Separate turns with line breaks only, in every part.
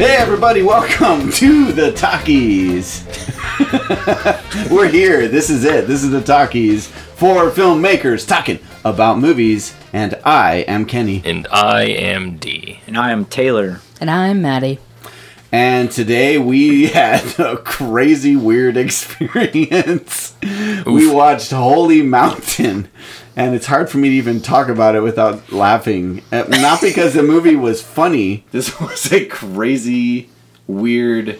Hey everybody, welcome to the Talkies. We're here. This is it. This is the Talkies for filmmakers talking about movies, and I am Kenny.
And I am D.
And I am Taylor.
And I'm Maddie.
And today we had a crazy weird experience. We watched Holy Mountain. And it's hard for me to even talk about it without laughing. Uh, Not because the movie was funny. This was a crazy, weird,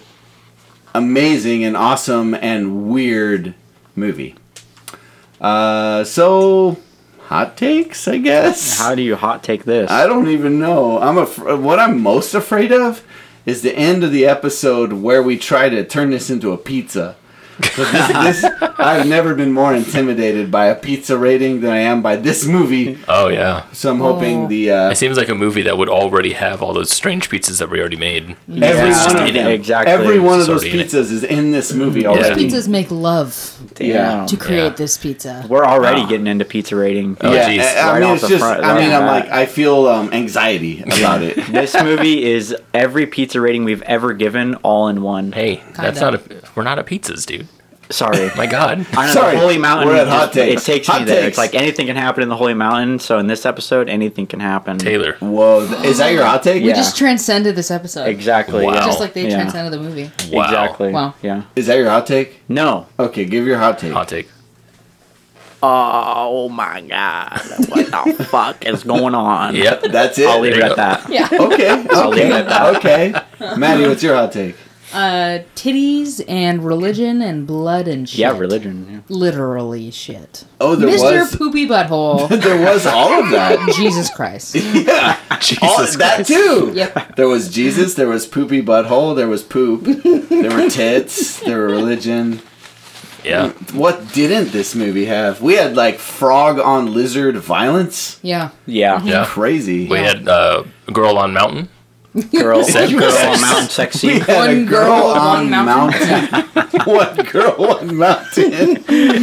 amazing, and awesome, and weird movie. Uh, so, hot takes, I guess.
How do you hot take this?
I don't even know. I'm af- what I'm most afraid of is the end of the episode where we try to turn this into a pizza. 'Cause this, this, I've never been more intimidated by a pizza rating than I am by this movie.
Oh yeah.
So I'm
Oh.
hoping the
It
uh,
seems like a movie that would already have all those strange pizzas that we already made.
every
Yeah.
one of them,
Exactly.
every one of
It's
those
already in it.
pizzas is in this movie already.
Pizzas make love
Yeah.
to create
yeah.
this pizza.
We're already getting into pizza rating.
Oh,
yeah,
geez.
I, I
Right
mean,
off
it's
the
just.
front-
I mean,
right
I'm
off
like,
the
I feel um, anxiety about it.
this movie is every pizza rating we've ever given all in one.
Hey, that's not
Kinda.
a. We're not a pizzas, dude.
Sorry.
My God.
I know
Sorry,
the Holy Mountain.
we're at
just-
hot takes.
It takes
Hot
me there.
takes.
It's like anything can happen in the Holy Mountain. So in this episode, anything can happen.
Taylor.
Whoa, th- is that your hot take?
We
Yeah.
just transcended this episode.
Exactly.
Wow.
oh,
Just like they
Yeah.
transcended the movie.
Wow.
Exactly.
Wow.
Yeah.
Is that your hot take?
No.
Okay, give your hot take.
Hot take.
Oh my God! What the fuck is going on?
Yep.
That's it.
I'll leave it
There you
at
go.
that.
Yeah.
Okay,
leave it
okay,
at that.
okay. Maddie, what's your hot take?
Uh, titties and religion and blood and shit.
Yeah, religion. yeah.
Literally shit.
Oh, there
Mr.
was
Poopy Butthole.
there was all of that.
Jesus Christ.
yeah,
Jesus
all that
Christ.
too.
Yep.
There was Jesus. There was poopy butthole. There was poop. There were tits. There were religion.
Yeah.
What didn't this movie have? We had like frog on lizard violence.
Yeah.
Yeah.
Yeah.
Crazy.
We had uh, girl on mountain.
Girl,
Sex.
girl on mountain
We
sexy.
had a
One
girl,
girl,
on
one
mountain. one girl, one mountain.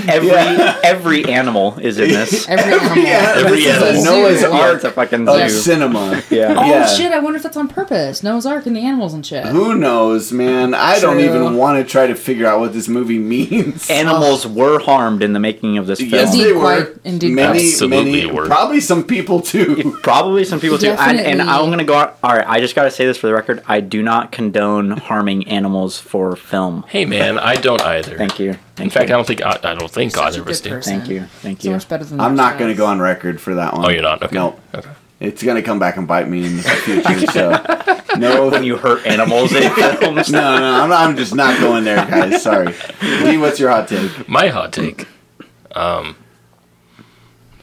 Every every animal is in this.
Every animal.
Yeah,
Every
this is a
animal.
Noah's
Zoo.
Yeah,
Ark
it's a fucking
of
zoo.
cinema.
Yeah.
Oh
Yeah.
shit, I wonder if that's on purpose. Noah's Ark and the animals and shit.
Who knows, man? I don't
True.
even want to try to figure out what this movie means.
Animals were harmed in the making of this film.
yes, they
Indeed
were.
quite- indeed
many,
Absolutely
many,
were.
probably some people too.
Probably some people too. And, and
Definitely.
I'm gonna go. out- All right, I just gotta say this for the record. I do not condone harming animals for film.
Hey man, I don't either.
Thank you. Thank
In fact, I
you.
don't think I, I don't think
Such
God
a
ever
good
did.
person.
Thank you. Thank
So
you.
much better than
I'm not going
themselves.
to go on record for that one.
Oh, you're not. Okay.
Nope.
Okay.
It's going to come back and bite me in the future. so no,
When you hurt animals in films.
no, no. I'm, I'm just not going there, guys. Sorry. D, what's your hot take?
My hot take. Um.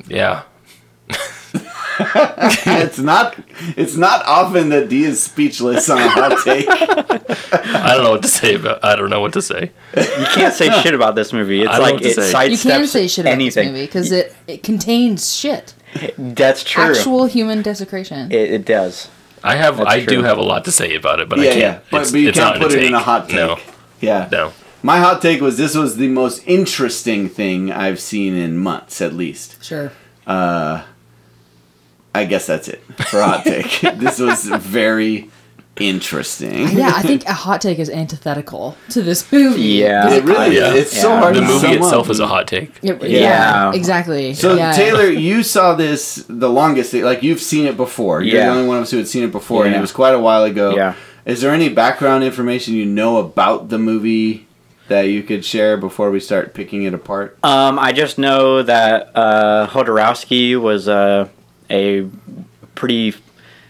Yeah.
It's not. It's not often that D is speechless on a hot take.
I don't know what to say about. I don't know what to say.
You can't say shit about this movie. It's
I don't
like
know what to
it
say.
sidesteps
You can say shit about
anything.
this movie because it, it contains shit.
That's true.
Actual human desecration.
it, it does.
I have.
That's
I do
true.
have a lot to say about it, but I
yeah,
can't.
yeah. But,
it's-
but you
it's
can't
not
put it in a hot take.
No.
Yeah.
No.
My hot take was this was the most interesting thing I've seen in months, at least. Uh,
sure.
I guess that's it for hot take. this was very interesting.
Yeah, I think a hot take is antithetical to this movie.
Yeah.
It really
Yeah.
is. It's so
Yeah.
hard
The
to
movie
sum up.
itself is a hot take.
Yeah, yeah,
Yeah.
exactly.
So
yeah.
Taylor, you saw this the longest. Like you've seen it before. You're
Yeah.
the only one of us who had seen it before, and it
Yeah.
was quite a while ago.
Yeah.
Is there any background information you know about the movie that you could share before we start picking it apart?
Uh,
Um, I just know that uh, Hodorowski was uh, a pretty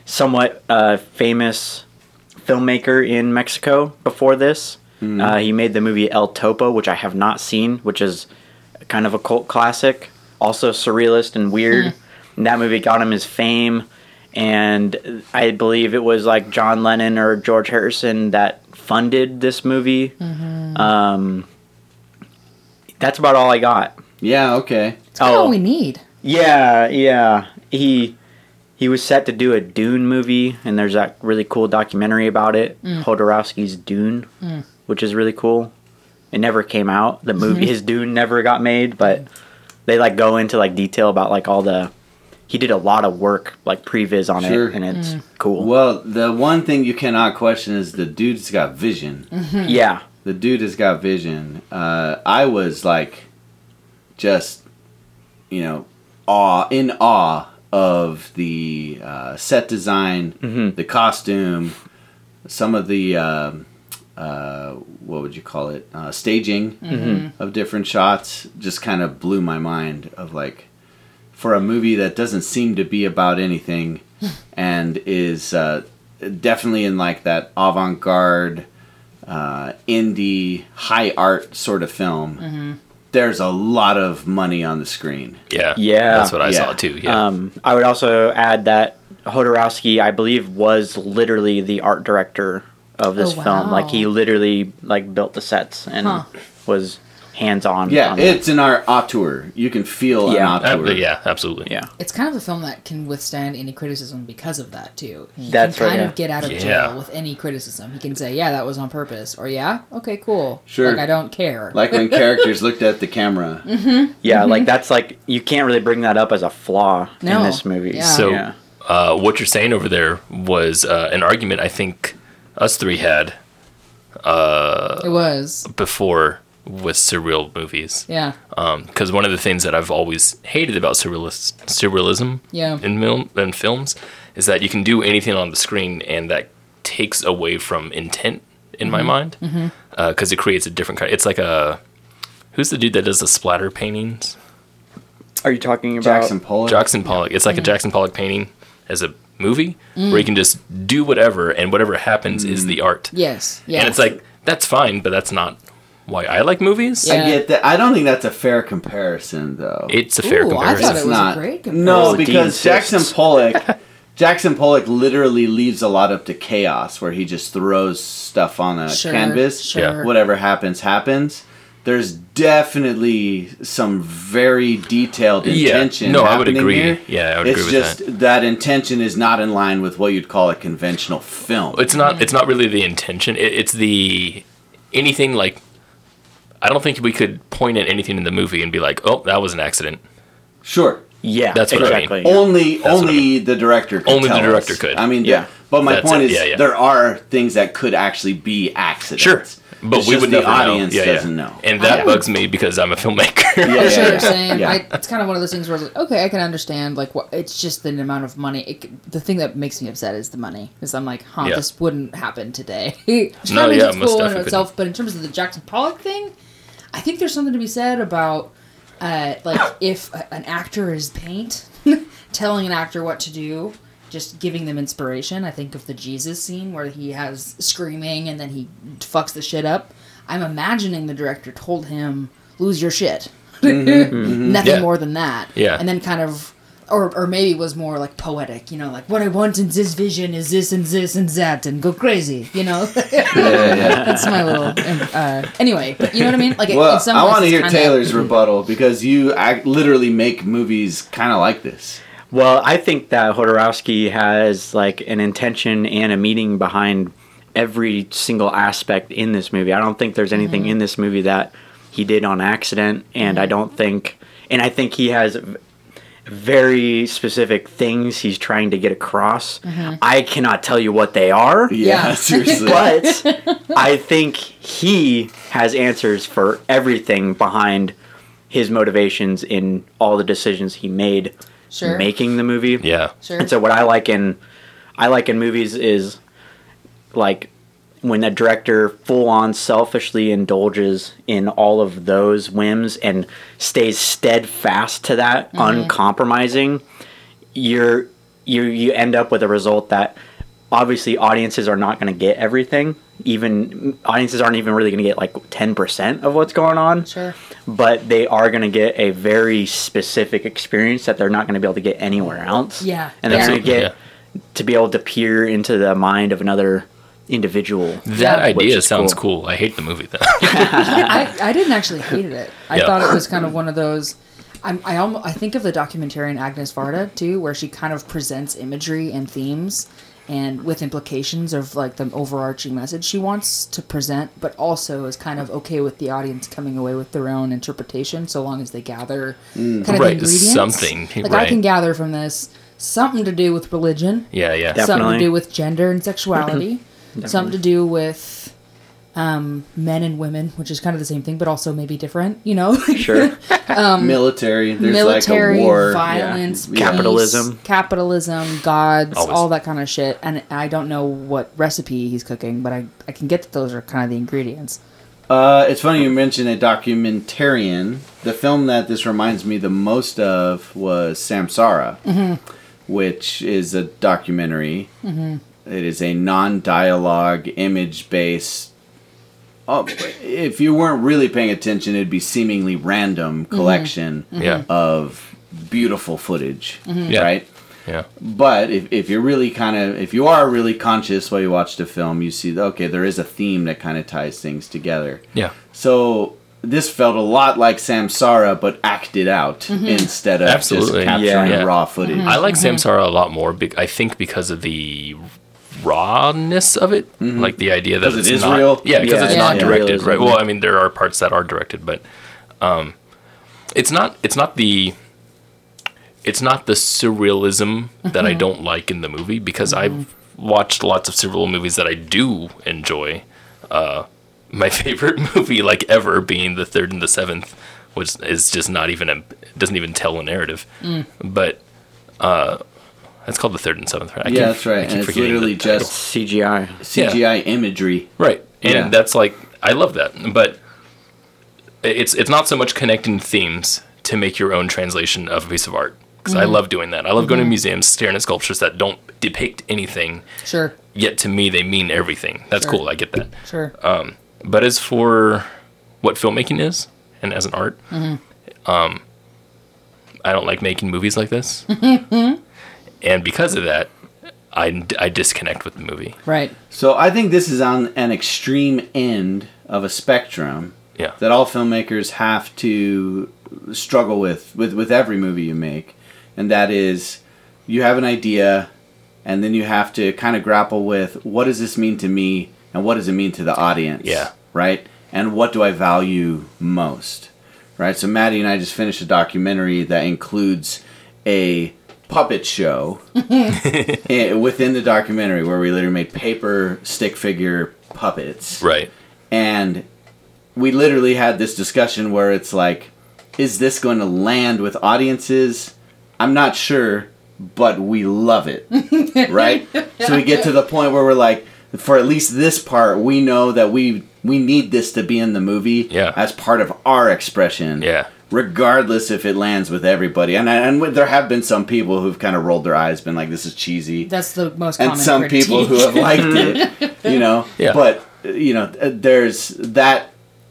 somewhat uh, famous filmmaker in Mexico before this. Uh, he made the movie El Topo, which I have not seen, which is kind of a cult classic, also surrealist and weird. And that movie got him his fame. And I believe it was like John Lennon or George Harrison that funded this movie. Um, that's about all I got.
Yeah. Okay.
That's kinda
Oh.
all we need.
Yeah, yeah. He he was set to do a Dune movie, and there's that really cool documentary about it, Hodorowski's Dune, which is really cool. It never came out. The movie his Dune never got made, but they like go into like detail about like all the he did a lot of work like previs on
Sure.
it, and it's cool.
Well, the one thing you cannot question is the dude's got vision.
Yeah,
the dude has got vision. Uh, I was like, just, you know, awe in awe of the uh, set design, the costume, some of the um uh, what would you call it uh, staging of different shots. Just kind of blew my mind of like for a movie that doesn't seem to be about anything and is uh, definitely in like that avant-garde uh, indie high art sort of film there's a lot of money on the screen
Yeah.
Yeah.
That's what I
Yeah.
saw too. Yeah. Uh,
Um, I would also add that Hodorowski, I believe, was literally the art director of this
Oh,
film. Like
wow.
he literally like built the sets and
Huh.
was hands on.
yeah it's an art auteur you can feel
Uh, Yeah.
an auteur
Ab- yeah, absolutely.
yeah,
It's kind of a film that can withstand any criticism because of that too. He
That's
can
right,
kind
yeah.
of get out of
Yeah.
jail with any criticism. He can say, "Yeah, that was on purpose," or "Yeah, okay, cool."
Sure.
Like I don't care.
like when characters looked at the camera
Mhm.
yeah. Like that's like you can't really bring that up as a flaw in
Mm-hmm. No.
this movie.
Yeah.
So,
yeah.
uh, what you're saying over there was uh, an argument I think us three had
it was.
before with surreal movies.
Yeah.
because Um, one of the things that I've always hated about surrealist surrealism
Yeah.
in mil- in films is that you can do anything on the screen and that takes away from intent in
Mm-hmm.
my mind because it creates a different kind. It's like a who's the dude that does the splatter paintings?
Are you talking about
jackson pollock
Jackson Pollock. It's
Mm-hmm.
like a Jackson Pollock painting as a movie
Mm.
where you can just do whatever and whatever happens is the art.
Yes. Yeah.
And it's like that's fine, but that's not why I like movies.
i
Yeah.
get that i don't think that's a fair comparison though
It's a fair
Ooh, I thought
comparison.
it was- a great comparison.
No,
Well, Dean
because
Sixx.
Jackson Pollock, Jackson Pollock literally leaves a lot up to chaos, where he just throws stuff on a
Sure,
canvas.
sure. Yeah.
Whatever happens, happens. There's definitely some very detailed
Yeah.
intention.
No, I would
happening
agree.
here.
Yeah, I would
it's
agree with
just that. intention is not in line with what you'd call a conventional film.
it's not it's not really the intention it, it's the anything like i don't think we could point at anything in the movie and be like oh that was an accident
sure.
yeah?
That's what I mean.
exactly.
Only,
That's what
only
I
the director. Could
Only the
tell
director
us.
could.
I mean,
Yeah.
yeah. But my
That's
point
it.
is,
Yeah, yeah.
there are things that could actually be accidents.
sure but
It's
we
just
would
the
never
audience
know. Yeah, yeah.
doesn't know.
and that
Yeah.
bugs me because i'm a filmmaker
Yeah,
I see
yeah,
what
yeah.
you're saying.
Yeah.
I, it's kind of one of those things where it's like, okay, I can understand. Like, what? It's just the amount of money. It, c- the thing that makes me upset is the money, because I'm like, huh,
Yeah.
this wouldn't happen today. Which
No,
kinda
yeah,
is
most
cool in
definitely
itself, but in terms of the Jackson Pollock thing, I think there's something to be said about, uh, like, if a, an actor is paint, telling an actor what to do. Just giving them inspiration. I think of the Jesus scene where he has screaming and then he fucks the shit up. I'm imagining the director told him, "Lose your shit." nothing
Mm-hmm. Yeah.
more than that.
Yeah.
And then kind of, or or maybe was more like poetic, you know, like what I want in this vision is this and this and that, and go crazy, you know. That's my little. um, Uh, anyway, but you know what I mean? Like,
Well,
in some
I
ways
want to
it's
hear
kinda-
Taylor's rebuttal because you act, literally make movies kind of like this.
Well, I think that Hodorowski has like an intention and a meaning behind every single aspect in this movie. I don't think there's anything in this movie that he did on accident, and I don't think, and I think he has v- very specific things he's trying to get across. I cannot tell you what they are,
Yeah,
Yeah.
seriously.
but I think he has answers for everything behind his motivations in all the decisions he made
Sure.
making the movie.
yeah
Sure.
And so what I like in I like in movies is like when a director full on selfishly indulges in all of those whims and stays steadfast to that,
Mm-hmm.
uncompromising, you're you you end up with a result that obviously audiences are not going to get everything. Even audiences aren't even really going to get like 10% of what's going on
Sure.
but they are going to get a very specific experience that they're not going to be able to get anywhere else.
Yeah.
And they're going to
Absolutely,
get to be able to peer into the mind of another individual.
that
which
idea
is
sounds
cool.
cool. i hate the movie though
I, I didn't actually hate it. I
Yeah.
thought it was kind of one of those. I'm, I almost I think of the documentarian Agnes Varda too, where she kind of presents imagery and themes, and with implications of like the overarching message she wants to present, but also is kind of okay with the audience coming away with their own interpretation so long as they gather kind of
Mm. Right,
ingredients.
something,
Like I
right.
can gather from this something to do with religion,
Yeah, yeah.
Yeah.
something
Definitely.
to do with gender and sexuality, something to do with um, men and women, which is kind of the same thing, but also maybe different, you know?
Sure.
military. There's
Military,
like a war.
violence,
Yeah.
peace,
Capitalism.
capitalism, gods,
Always.
all that kind of shit. And I don't know what recipe he's cooking, but I, I can get that those are kind of the ingredients.
Uh, it's funny you mentioned a documentarian. The film that this reminds me the most of was Samsara, which is a documentary. It is a non-dialogue, image-based. Oh, if you weren't really paying attention, it'd be seemingly random collection
Yeah.
of beautiful footage,
Yeah.
right?
Yeah.
But if, if you're really kind of if you are really conscious while you watch the film, you see okay, there is a theme that kind of ties things together.
Yeah.
So this felt a lot like Samsara, but acted out instead of
Absolutely.
just capturing
Yeah.
raw footage.
Mm-hmm.
I like Samsara a lot more. Be- I think because of the rawness of it, like the idea that
'Cause Mm-hmm. it
it's
is
not,
real?
Yeah, because
Yeah,
it's
yeah,
not
yeah.
directed,
Realism,
right?
yeah.
Well, I mean, there are parts that are directed, but um, it's not. It's not the. It's not the surrealism that I
Mm-hmm.
don't like in the movie because I've watched lots of surreal movies that I do enjoy. Uh, my favorite movie, like ever, being the third and the seventh, which is just not even a doesn't even tell a narrative,
Mm.
but uh, that's called the third and seventh, right? I
Yeah,
keep-
that's right.
I
And
keep
it's
forgetting the
literally
title.
just
CGI.
Yeah.
CGI imagery.
right, and
Yeah.
that's like I love that, but it's it's not so much connecting themes to make your own translation of a piece of art because
Mm.
I love doing that. I love
Mm-hmm.
going to museums, staring at sculptures that don't depict anything,
Sure,
yet to me they mean everything. That's
Sure.
cool. I get that. Um,
sure.
Uh,
But as for what filmmaking is and as an art, um, I don't like making movies like this, and because of that, I, I disconnect with the movie.
right.
So I think this is on an extreme end of a spectrum
Yeah.
that all filmmakers have to struggle with, with with every movie you make, and that is you have an idea, and then you have to kind of grapple with what does this mean to me, and what does it mean to the audience,
Yeah.
right, and what do I value most, right? So Maddie and I just finished a documentary that includes a puppet show eh, within the documentary where we literally made paper stick figure puppets
Right.
and we literally had this discussion where it's like is this going to land with audiences i'm not sure but we love it right so we get to the point where we're like for at least this part we know that we we need this to be in the movie
Yeah.
as part of our expression
Yeah.
regardless if it lands with everybody and and there have been some people who've kind of rolled their eyes been like this is cheesy
That's the most common
and some
critique.
people who have liked it, you know.
Yeah.
But uh, you know, uh, there's that.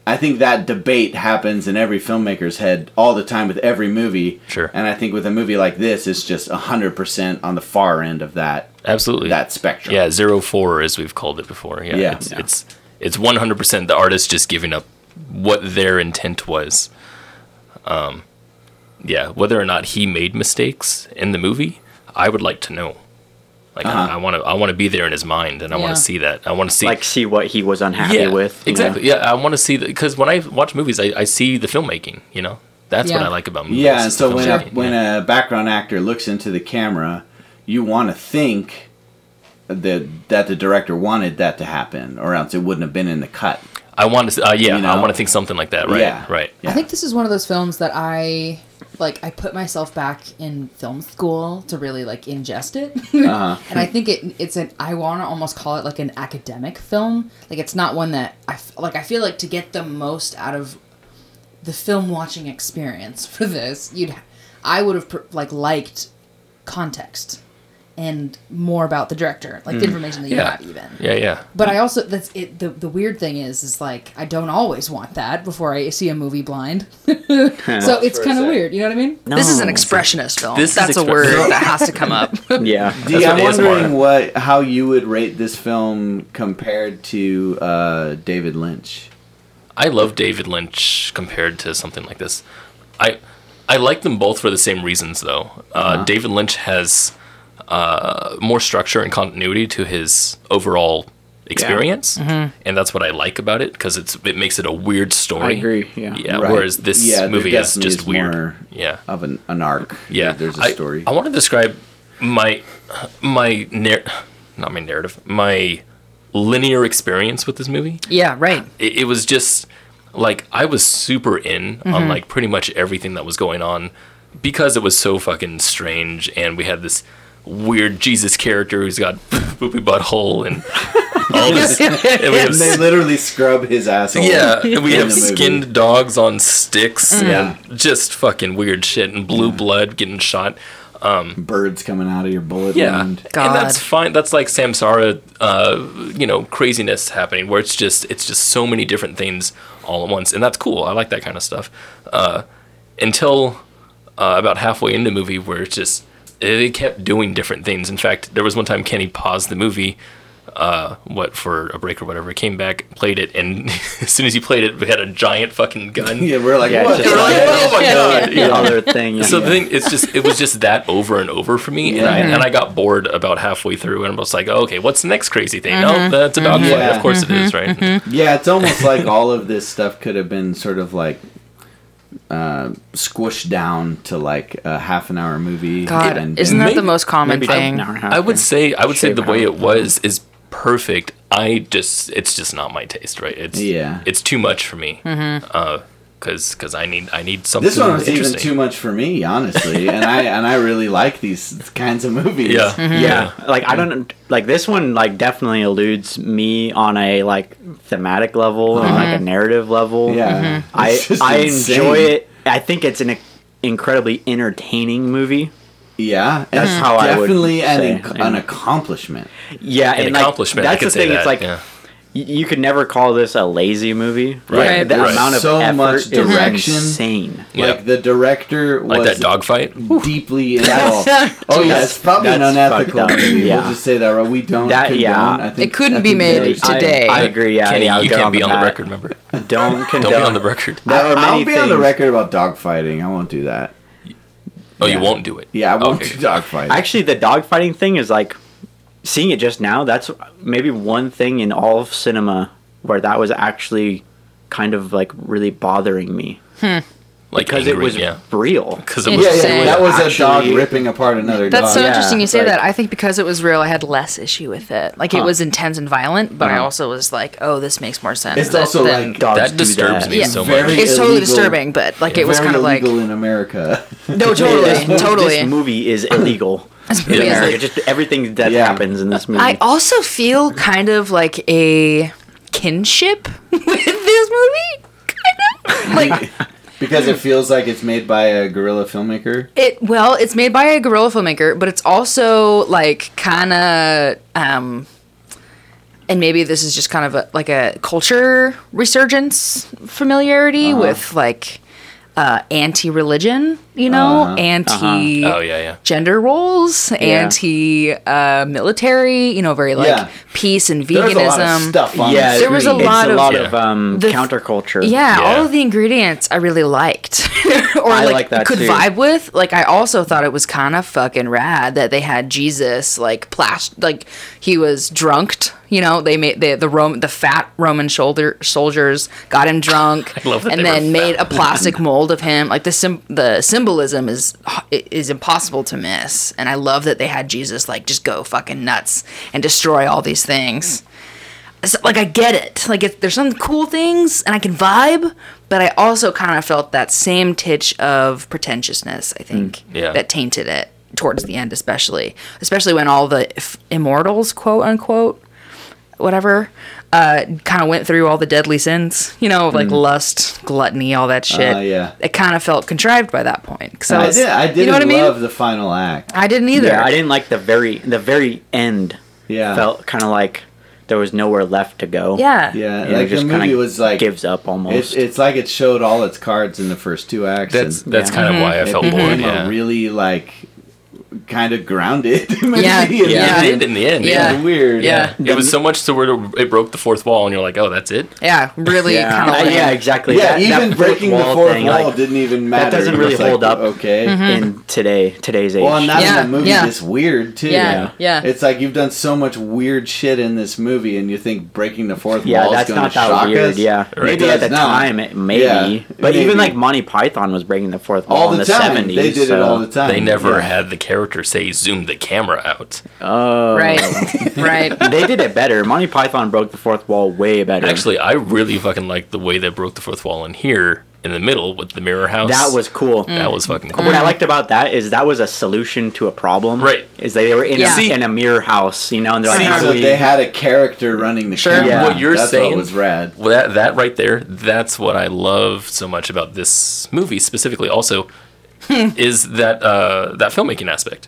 I think that debate happens in every filmmaker's head all the time with every movie.
Sure.
And I think with a movie like this, it's just hundred percent on the far end of that
Absolutely.
that spectrum.
yeah, zero four as we've called it before. Yeah.
Yeah.
It's
Yeah.
it's it's one hundred percent the artist just giving up what their intent was. Um yeah, whether or not he made mistakes in the movie, I would like to know. Like
Uh-huh.
I want to, I want to be there in his mind, and I
Yeah.
want to see that. I want to see
Like, see what he was unhappy
yeah,
with. you know?
exactly. Yeah, I want to see because when I watch movies, I, I see the filmmaking. You know, that's what
Yeah.
I like about movies.
Yeah. And
is the
so when a,
filmmaking,
when
yeah.
a background actor looks into the camera, you want to think that that the director wanted that to happen, or else it wouldn't have been in the cut.
I want to, uh, yeah,
you
I
know?
want to think something like that. Right.
Yeah.
Right.
Yeah.
I think this is one of those films that I like I put myself back in film school to really like ingest it. and I think it it's an I want to almost call it like an academic film. Like it's not one that I f- like I feel like to get the most out of the film watching experience for this, you'd I would have pr- like liked context and more about the director, like the information that you
Yeah.
have even.
Yeah. Yeah.
But I also that's it. The, the weird thing is, is like I don't always want that before I see a movie blind. so it's kind of weird. You know what I mean? This is an
No.
expressionist film.
This is
that's a
expre-
word that has to come up.
Yeah.
D, I'm
what ASMR
wondering what how you would rate this film compared to uh, David Lynch.
I love David Lynch compared to something like
Uh-huh.
this. I I like them both for the same reasons, though. Uh, David Lynch has uh, more structure and continuity to his overall experience,
Mm-hmm.
and that's what I like about it because it's it makes it a weird story.
I agree, yeah.
Yeah.
Right.
Whereas this
Yeah, there
movie is
definitely
just
is
weird.
more-
yeah.
of an, an arc.
Yeah,
there's
I-
a story.
I, want to describe my my narr- not my narrative, my linear experience with this movie.
Yeah, right.
It, it was just like I was super in on like pretty much everything that was going on because it was so fucking strange, and we had this weird Jesus character who's got poopy butthole and all this. and we have
and they literally scrub his asshole.
yeah, and we
in
have
the movie.
skinned dogs on sticks and just fucking weird shit and blue blood getting shot.
birds coming out of your bullet
Yeah,
wound.
God.
and that's fine. That's like Samsara, uh, you know, craziness happening where it's just it's just so many different things all at once, and that's cool. I like that kind of stuff. Uh, until uh, about halfway into the movie, where it's just they kept doing different things. In fact, there was one time Kenny paused the movie. Uh, what for a break or whatever came back, played it, and as soon as he played it, we had a giant fucking gun.
Yeah, we're like,
Yeah,
what?
just
the
like-
heck?
oh my god!
The other thing.
So
yeah.
the thing, it's just, it was just that over and over for me, and, I, and I got bored about halfway through, and I was like, oh, okay, what's the next crazy thing? No, that's about fun.
Yeah. Mm-hmm.
Of course it is, right?
Yeah, it's almost like all of this stuff could have been sort of like uh, squished down to like a half an hour movie.
It-
and
and-
God, isn't that
maybe-
the most common
Maybe
thing?
an hour and a half,
I would
Mm-hmm. yeah.
say, I would say
Shave
the way
half.
it was is perfect. I just, it's just not my taste, right? It's
Yeah.
it's too much for me. Uh, Cause, Cause I need, I need something.
this one was even
interesting.
too much for me, honestly, and I and I really like these kinds of movies.
Yeah.
yeah like i don't like this one like definitely eludes me on a like thematic level and like a narrative level
yeah.
Mm-hmm.
i
It's just
i
insane.
enjoy it i think it's an incredibly entertaining movie
Yeah, that's
Mm-hmm.
how I would
definitely an,
say,
inc-
yeah.
an accomplishment.
yeah
An
and, like,
accomplishment. I
that's
could
the
say
thing
that.
it's like
yeah.
y- you could never call this a lazy movie
Right.
Like, the
Right.
amount of
So
effort
much
is
direction.
insane
Yeah.
Like the director was
like that dogfight.
deeply involved. oh yeah, it's probably an
that's
unethical
fucked up.
movie.
Yeah.
We'll just say that right. We don't.
That-
condone.
yeah.
I think,
It couldn't
I
be
think
made
there's-
to-
I-
Today.
I, agree. Yeah,
Kenny,
yeah, I was
you
good
can't be on the
that.
record. Remember,
Don't condone.
don't be on the record.
There are
I'll
many
be on the
things-
record about dogfighting. I won't do that.
Oh,
Yeah.
you won't do it.
Yeah, I won't
Okay.
do dogfighting.
Actually, the dogfighting thing is like seeing it just now. That's maybe one thing in all of cinema where that was actually kind of like really bothering me
Like
because it
angry,
was
yeah.
real.
Because it was
Yeah, yeah,
it was-
that was a dog
actually-
ripping apart another
That's so
dog.
yeah,
interesting you
it's
say
like-
that. I think because it was real, I had less issue with it. Like it was intense and violent, but I also was like, oh, this makes more sense.
It's
than-
also
than-
like
Dogs
that
do
disturbs
that.
me
Yeah.
so
Very-
much.
it's totally
illegal.
disturbing, but like it was
very
kind of like
illegal in America.
no,
This,
Oh, totally,
mo- this
totally.
movie is illegal.
This
in
movie is
America.
like-
Just everything that
Yeah.
happens in this movie.
I also feel kind of like a kinship with this movie. Kind of like
because it feels like it's made by a guerrilla filmmaker.
It well, it's made by a guerrilla filmmaker, but it's also like kind of um and maybe this is just kind of a, like a culture resurgence familiarity
Uh-huh.
with like uh anti-religion, you know,
Uh-huh.
anti
Oh yeah, yeah.
gender roles, anti uh military, you know, very like
Yeah.
peace and
There's a lot of
veganism.
stuff on
yeah,
the
there was a
screen.
lot-
it's a
of-
lot
Yeah.
of um,
The-
counterculture.
Yeah,
Yeah.
all of the ingredients I really liked, or
I
like,
like that
could
too.
vibe with. Like I also thought it was kind of fucking rad that they had Jesus like plash, like he was drunked. You know, they made the the Rome the fat Roman shoulder soldiers got him drunk,
I love that
and
they were
then made
fat.
a plastic mold of him. Like the sim- the symbolism is is impossible to miss, and I love that they had Jesus like just go fucking nuts and destroy all these things so, like I get it. Like if there's some cool things and I can vibe, but I also kind of felt that same titch of pretentiousness. I
Mm,
think
yeah.
that tainted it towards the end, especially especially when all the f- immortals, quote unquote, whatever, uh, kind of went through all the deadly sins. You know, like lust, gluttony, all that shit.
Mm. Uh, yeah.
it kind of felt contrived by that point. Because I,
I
was,
did. I didn't
you know what I mean?
love the final act.
I didn't either.
yeah. I didn't like the very the very end.
Yeah.
felt kind of like there was nowhere left to go.
yeah.
Yeah,
You know,
like the
just kinda
movie was like
gives up
It's,
almost.
it's like it showed all its cards in the first two acts.
That's
and
that's
Yeah.
kind of why I
it
felt
became
bored.
a
Yeah.
really like kind of grounded.
Yeah.
movie.
Yeah.
It did in the end.
Yeah.
Kinda Weird.
Yeah.
It was so much to where it broke the fourth wall, and you're like, oh, that's it.
Yeah, really
yeah,
kind of
Uh,
like
yeah, exactly.
Yeah,
That- that
even
fourth
breaking the
wall
fourth
thing,
wall
like,
didn't even matter.
doesn't
It was
really hold up.
Okay.
Mm-hmm.
in today today's age.
Well, and that's
Yeah,
in the movie
yeah.
that's weird too.
Yeah, Yeah. yeah.
It's like you've done so much weird shit in this movie, and you think breaking the fourth
yeah,
wall is
that's
going to
not that
shock
weird.
us.
Yeah,
Right.
maybe
It
at the
does not.
time, it, maybe.
Yeah,
but even
maybe.
like Monty Python was breaking the fourth wall
all
in
the
the
time.
seventies.
They did
so.
it all the time.
They never
Yeah.
had the character say, zoom the camera out.
Oh,
right, right.
they did it better. Monty Python broke the fourth wall way better.
Actually, I really fucking like the way they broke the fourth wall in here in the middle with the mirror house.
that was Mm-hmm. cool.
Mm.
that was fucking cool.
What I liked about that is that was a solution to a problem.
Right.
Is they were in,
Yeah.
a,
See-
in a mirror house, you know, and they're like,
See,
how
So
do we-
they had a character running the
Sure.
camera.
Yeah. What
you're
that's
saying-
what was rad.
Well, that that right there, that's what I love so much about this movie specifically. Also, is that uh, that filmmaking aspect?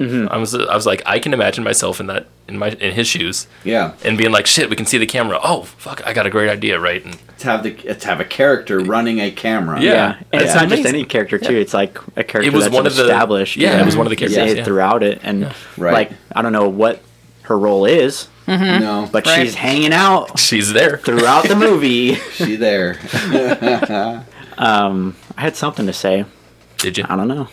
I was I was like, I can imagine myself in that in my in his shoes
Yeah,
and being like, shit, we can see the camera. Oh fuck, I got a great idea, right? And
to have the to have a character running a camera.
Yeah.
yeah. And it's
Yeah.
not just
Amazing.
any character too. It's like a character
It was
that's
one of the-
established.
yeah, it was one of the
and
characters,
is
yeah.
throughout it, and
Right.
like I don't know what her role is,
Mm-hmm.
No, but
but
Right.
she's hanging out
she's there.
throughout the movie.
she there.
Um, I had something to say.
Did you?
I don't know.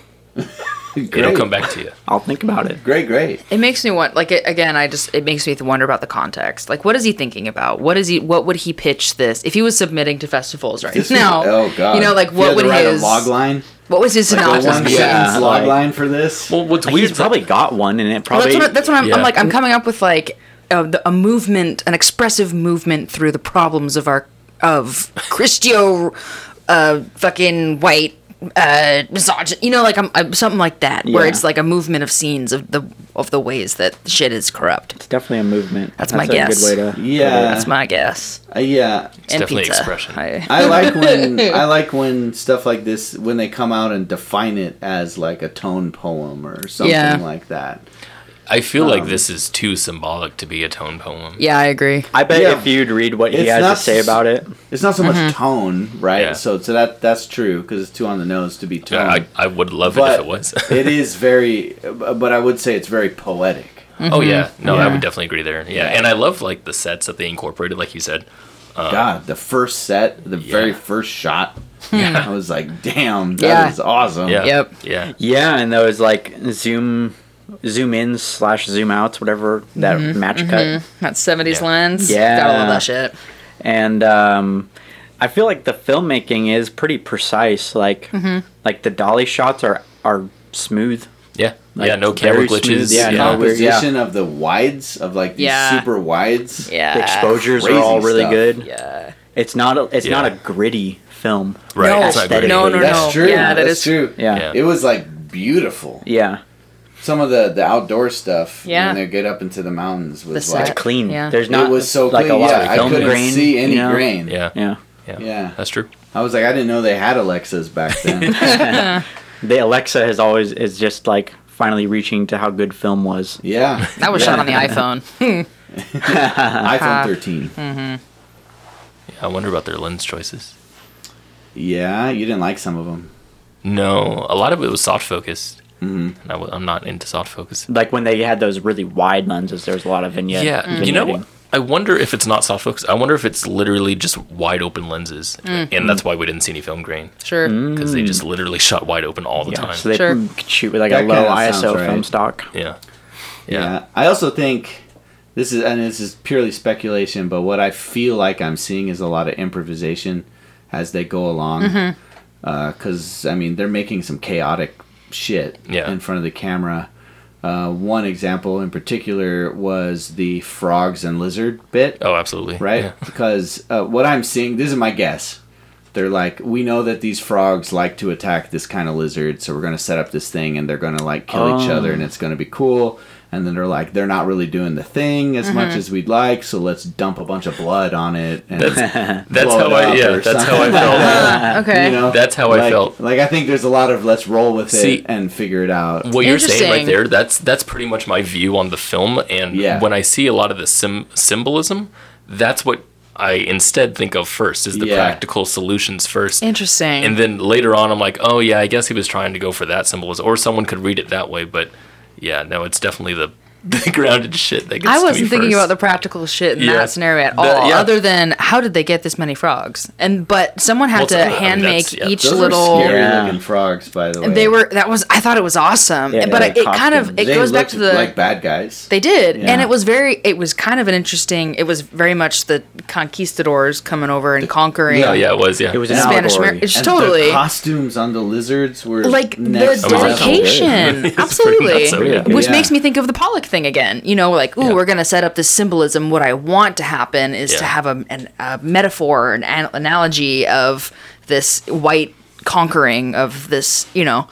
It'll
great,
come back to you.
I'll think about it.
great, great.
It makes me want, like, it, again, I just, it makes me wonder about the context. Like, what is he thinking about? What is he, what would he pitch this if he was submitting to festivals right
This was-
now?
oh god,
You know, like,
If
what
had
would
to write
his,
a log line?
what was his
A one
synopsis?
sentence
be?
Yeah,
log
like-
line for this?
Well, what's
He's
weird?
probably got one, and it
Well,
probably
that's what, that's what I'm,
yeah.
I'm like. I'm coming up with like a, the, a movement, an expressive movement through the problems of our of Christio, uh, fucking white, uh, misogyn. You know, like I'm, I'm something like that, where
Yeah.
it's like a movement of scenes of the of the ways that shit is corrupt.
it's definitely a movement.
That's my
a
guess.
Good way to
yeah,
That's my guess.
uh, yeah.
It's
and
definitely
pizza.
expression.
I-
I like when I like when stuff like this when they come out and define it as like a tone poem or something
Yeah.
like that.
I feel like this is too symbolic to be a tone poem.
yeah, I agree.
I bet
Yeah.
if you'd read what he
It's
has to
not
say
s-
about it,
It's not so
Mm-hmm.
much tone, right?
Yeah.
So so that that's true because it's too on the nose to be tone.
Yeah, I, I would love it if
but
it was.
it is very, but I would say it's very poetic.
Oh yeah, no, I
Yeah.
would definitely agree there. Yeah, and I love like the sets that they incorporated, like you said. Uh.
God, the first set, the very first shot. I was like, damn, that is
Hmm. Yeah.
awesome.
Yeah.
Yep.
Yeah.
yeah, and those like zoom, zoom ins slash zoom outs, whatever that
Mm-hmm.
match cut,
That '70s
Yeah.
lens.
Yeah.
gotta love that shit.
and um, I feel like the filmmaking is pretty precise. Like,
Mm-hmm.
like the dolly shots are are smooth.
Yeah.
Like,
yeah. No camera
very
glitches.
smooth, yeah,
yeah.
The
no- Weird, yeah.
position of the wides of like these
Yeah.
super wides.
Yeah.
The exposures are
Crazy
all really
stuff.
good.
Yeah.
It's not a, it's
Yeah.
not a gritty film.
Right.
No,
it's not
that-
great.
no, no,
That's
no.
true.
Yeah, that
that's
is-
true.
Yeah.
It was like beautiful.
Yeah.
Some of the the outdoor stuff
Yeah.
when they get up into the mountains was
The
like
set.
It's clean.
Yeah.
There's
it
not
was so
like
clean.
a lot
yeah,
of
I
film
couldn't
grain,
see any
you know?
grain.
Yeah. yeah.
Yeah.
Yeah.
That's true.
I was like, I didn't know they had Alexas back then.
The Alexa has always is just like finally reaching to how good film was.
yeah.
That was shot on the iPhone. Hmm.
iPhone 13.
Yeah, I wonder about their lens choices.
Yeah, you didn't like some of them.
No, a lot of it was soft focused, mm-hmm. and I w- I'm not into soft focus.
Like when they had those really wide lenses, there's a lot of vignette.
Yeah. You
vignetting.
know. I wonder if it's not soft focus. I wonder if it's literally just wide open lenses, and that's why we didn't see any film grain
sure.
Mm.
because they just literally shot wide open all the
Yeah,
time.
so they
Sure.
could shoot with like
That
a low
kinda sounds
ISO film
right.
stock.
yeah.
Yeah. I also think this is and this is purely speculation, but what I feel like I'm seeing is a lot of improvisation as they go along. Because I mean, they're making some chaotic shit
Yeah.
in front of the camera. Uh, one example in particular was the frogs and lizard bit
Oh, absolutely.
right?
Yeah.
Because uh, what I'm seeing, this is my guess. They're like, we know that these frogs like to attack this kind of lizard, so we're going to set up this thing and they're going to like kill each other
Oh.
and it's going to be cool. And then they're like, they're not really doing the thing as
Mm-hmm.
much as we'd like, so let's dump a bunch of blood on it. And
That's
blow
how
it
I.
up
Yeah.
or
That's how
something.
I felt.
Okay.
You know?
That's how I
like,
felt.
Like, I think there's a lot of let's roll with
See-
it and figure it out.
what you're saying right
Interesting.
there that's that's pretty much my view on the film and
Yeah.
when i see a lot of the sim- symbolism that's what I instead think of first is the
Yeah.
practical solutions first.
Interesting.
And then later on, I'm like, oh yeah, I guess he was trying to go for that symbolism, or someone could read it that way. But yeah, no, it's definitely the, the grounded shit that gets.
I
to
wasn't
me
thinking
first.
about the practical shit in
Yeah.
that scenario at
The-
all.
yeah.
Other than how did they get this many frogs? And but someone had
Well,
to
I mean,
hand
that's-
make
yeah,
each
Those
little.
are scary
Yeah.
looking frogs, by the way.
And they were that was I thought it was awesome,
Yeah,
but
they
it, it kind of
costumes.
it
They
goes back
looked
to the
like bad guys.
they did, and
Yeah.
it was very it was kind of an interesting. It was very much the conquistadors coming over and conquering
Yeah,
Oh yeah, it was yeah.
It was an
Spanish
allegory.
America. It's
And
totally
The costumes on the lizards were
like the
next
was
level.
like, oh,
dedication,
It's
absolutely.
pretty nuts over there.
Which
Yeah.
makes me think of the Pollock thing again. You know, like, ooh,
Yeah.
we're going to set up this symbolism. What I want to happen is to
Yeah.
have a, an, a metaphor, an, an analogy of this white conquering of this, you know,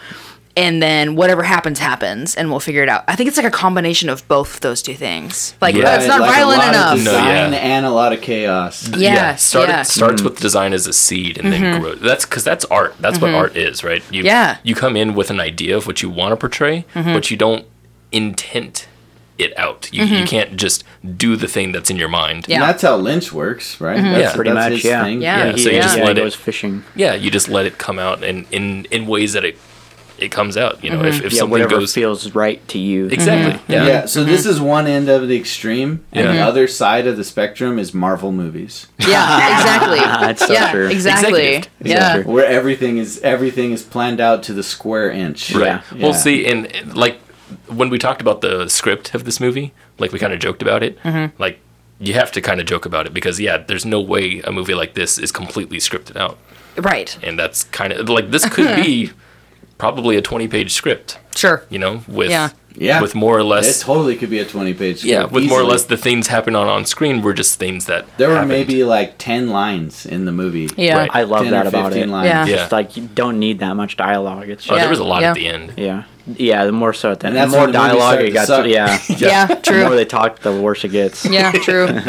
and then whatever happens, happens, and we'll figure it out. I think it's like a combination of both of those two things. Like,
Yeah,
oh, it's not
like
violent
a lot
enough.
Of
No,
design
yeah.
and a lot of chaos.
yeah,
started,
yeah. Mm-hmm.
starts
Mm-hmm.
with design as a seed and then grows. That's because that's art. That's what art is, right? You,
Yeah. Mm-hmm.
You come in with an idea of what you want to portray, but you don't intent it out. You, you can't just do the thing that's in your mind.
Mm-hmm. Yeah.
And that's how Lynch works, right? That's,
Yeah.
Pretty
that's
much,
his
yeah.
thing.
Yeah.
Yeah, so you just
yeah,
let
he
it-
goes fishing.
Yeah, You just let it come out and in, in ways that it it comes out. You know, if,
Mm-hmm.
if
Yeah,
something
whatever
goes
feels right to you.
exactly.
Yeah.
Yeah.
so this is one end of the extreme, and the
Yeah.
other side of the spectrum is Marvel movies,
yeah, exactly.
That's so
yeah,
true.
exactly.
Executive.
Yeah.
Exactly.
where everything is everything is planned out to the square inch.
Right.
Yeah.
Well,
Yeah.
see, and and, like when we talked about the script of this movie, like we kind of joked about it.
Mm-hmm.
Like you have to kind of joke about it because yeah, there's no way a movie like this is completely scripted out,
Right.
and that's kind of like this could be probably a 20 page script,
Sure.
you know, with
Yeah.
Yeah.
with more or
It
less.
totally could be a twenty-page.
yeah, with more or less the things happening on, on screen were just things that
there were
happened.
maybe like ten lines in the movie.
Yeah.
Right.
I love
10
that
or
about
15
it.
Lines.
Yeah.
Yeah.
Just like you don't need that much dialogue. It's
oh,
just,
Yeah.
there was a lot
yeah.
at the end.
yeah, yeah. The more so,
And
then the
that's
more
when the movie
dialogue
started
it
to
got.
suck.
To, yeah,
Yeah,
The more
true.
they talk, the worse it gets.
Yeah, true.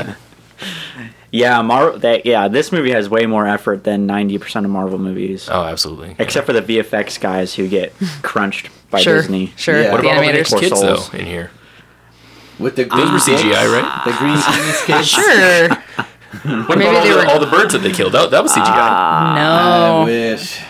Yeah, Mar- that yeah, this movie has way more effort than 90% of Marvel movies.
Oh, absolutely. Yeah.
Except for the VFX guys who get crunched by
sure.
Disney.
Sure.
Yeah.
what
The
about all the
animators.
naked kids
Souls.
though in here?
With the
Those
green
were CGI,
dicks,
right?
The green penis kids.
Sure.
Mm-hmm.
What
maybe
about all
they
the,
were-
all the birds that they killed? That, that was
Ah,
CGI.
Ah,
I
no.
wish.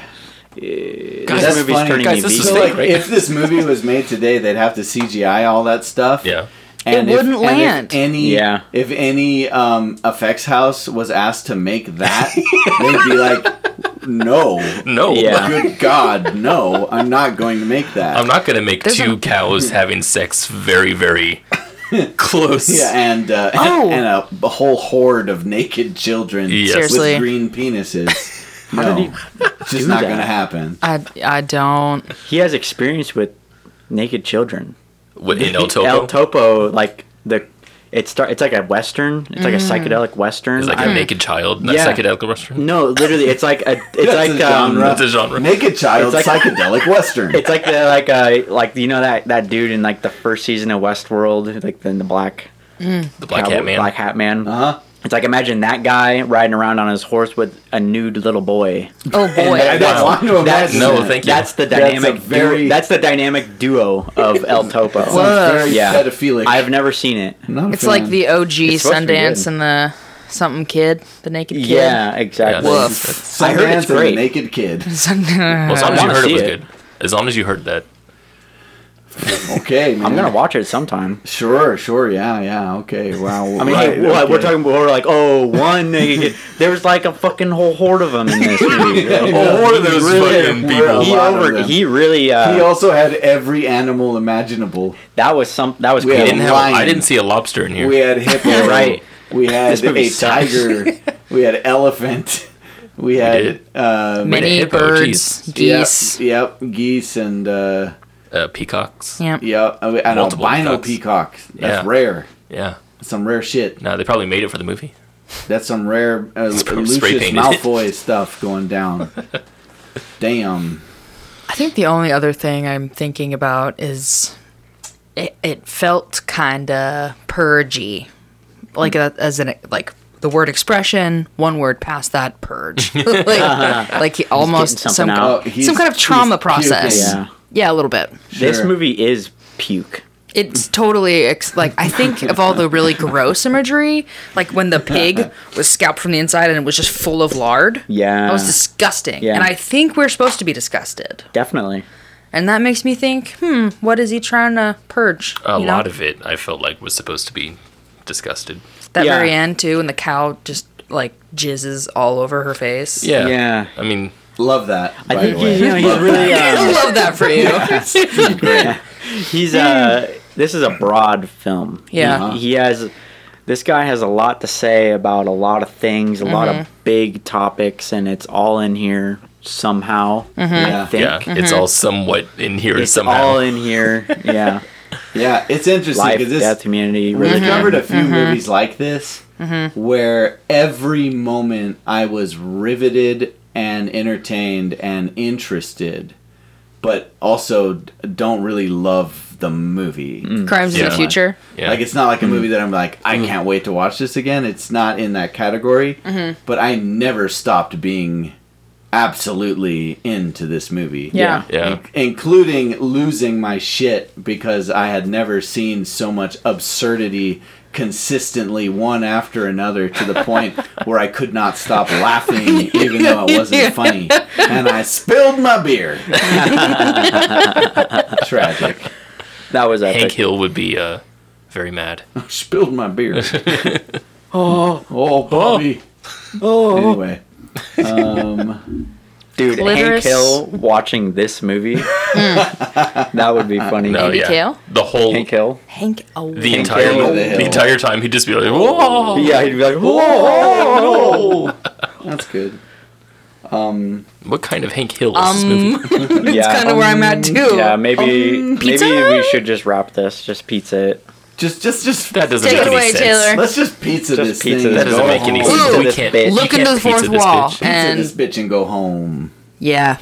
Guys,
That's
this movie's
funny.
turning
Guys,
me
this
vegan.
is
So like,
fake, right?
if this movie was made today, they'd have to CGI all that stuff.
yeah.
And
It wouldn't
if,
land.
And if any,
Yeah.
if any um, effects house was asked to make that, they'd be like, "No,
No.
Yeah.
good God, no! I'm not going to make that."
I'm not gonna make
There's
two
a-
cows having sex very, very close.
yeah, and uh,
Oh.
and a, a whole horde of naked children
Yes.
Seriously.
with green penises. No, it's just not
that?
going to happen.
I, I don't.
He has experience with naked children.
With- in El Topo.
El Topo, like the it start it's like a western. It's like a
Mm.
psychedelic western.
It's like
I-
a naked child, not
Yeah.
psychedelic restaurant.
no, literally it's like a it's
That's
like
a
um
genre.
It's a genre.
Naked child
It's like-
psychedelic western.
it's like the like uh like you know that that dude in like the first season of Westworld, like the, the black
the black hat man.
Mm-hmm. black hat man.
Uh-huh.
It's like imagine that guy riding around on his horse with a nude little boy.
Oh boy.
I don't want to
That's
imagine.
No,
that.
thank you.
That's the
That's a
dynamic. That's,
very-
duo, that's the dynamic duo of El Topo.
Sounds very
Yeah.
pedophilic.
I've never seen it.
Not a
it's
fan.
like the OG
supposed to be
Sundance
good.
and the something kid, the naked kid.
Yeah,
Yeah,
exactly.
that's-
Woof.
that's-
I heard it's
great.
naked kid.
well, as long as
I
you
wanna
heard it
see
was
it.
good. As long as you heard that.
Okay, man.
I'm gonna watch it sometime.
Sure, sure, yeah, yeah. Okay, wow.
I mean, hey, we're, we're talking. We're like, oh, one. naked kid. there was like a fucking whole horde of them in this movie. A whole horde of
those fucking people.
a
He
lot of
over.
them.
He really. Uh,
He also had every animal imaginable.
that was some. That was.
We
I
had
didn't have. I
lion.
didn't see a lobster in here.
We had hippo,
Right.
We had
This movie
a
sucks.
tiger. we had elephant. We had
did.
uh,
Many
hippo,
birds,
geez.
geese.
Yep, yep, geese and uh,
uh, peacocks.
Yeah.
yep, and an
Multiple
albino peacock. That's
Yeah.
rare.
Yeah.
That's some rare shit.
No, they probably made it for the movie.
That's some rare uh,
Spray-
Lucius
spray painted.
Malfoy stuff going down. Damn.
I think the only other thing I'm thinking about is it, it felt kind of purgy, like a, as an like the word expression, one word past that purge, like, like he almost
something
some
out.
Oh, he's-
some kind of
he's
trauma
puking.
process.
Yeah.
yeah, a little bit.
This
Sure.
movie is puke.
it's totally ex- like I think of all the really gross imagery, like when the pig was scalped from the inside and it was just full of lard.
Yeah.
that was disgusting.
Yeah.
And I think we're supposed to be disgusted,
Definitely.
and that makes me think, hmm, what is he trying to purge?
A
you know?
lot of it I felt like was supposed to be disgusted.
that
Yeah.
very end too, and the cow just like jizzes all over her face.
Yeah.
Yeah.
I mean,
Love that.
I
by
think
the way.
he's, you know, he's really
I
um,
love that for you.
he's uh this is a broad film.
Yeah.
He, he has this guy has a lot to say about a lot of things, a lot of big topics and it's all in here somehow. I
Yeah.
think.
yeah, it's all
Mm-hmm.
somewhat in here
It's
somehow.
all in here. Yeah.
Yeah, it's interesting
Life,
because this
death, Mm-hmm. community,
we
religion.
covered a few movies like this
Mm-hmm.
where every moment I was riveted and entertained and interested, but also d- don't really love the movie.
Mm.
Crimes of
Yeah.
the future.
yeah. Mm.
Like it's not like a movie that I'm like I can't wait to watch this again. It's not in that category. But I never stopped being absolutely into this movie.
Yeah.
yeah.
In- including losing my shit because I had never seen so much absurdity consistently one after another to the point where I could not stop laughing even though it wasn't funny and I spilled my beer. Tragic.
That was epic.
Hank Hill would be uh, very mad.
spilled my beer. oh, oh, Bobby. Oh. Anyway,
Dude,
Clitoris.
Hank Hill watching this movie. that would be funny.
No,
Maybe
yeah.
Kale?
The whole
Hank Hill.
Hank. Oh,
the entire
Hill.
the entire time he'd just be like, "Whoa."
Yeah, he'd be like, whoa.
Oh.
that's good.
What kind of Hank Hill is this
Um,
movie?
yeah.
kind of where I'm at too.
oh. Um, Yeah, maybe maybe
pizza?
we should just wrap this. Just pizza it.
Just, just, just.
That doesn't
Take
make
it
any
away,
sense.
Taylor.
Let's just pizza this
Just pizza
thing.
That
and
doesn't
go
make any
home.
sense.
Ooh.
we can't you
Look
can't
into the
pizza
fourth
this
wall.
bitch.
Pizza
And
this bitch and go home.
yeah.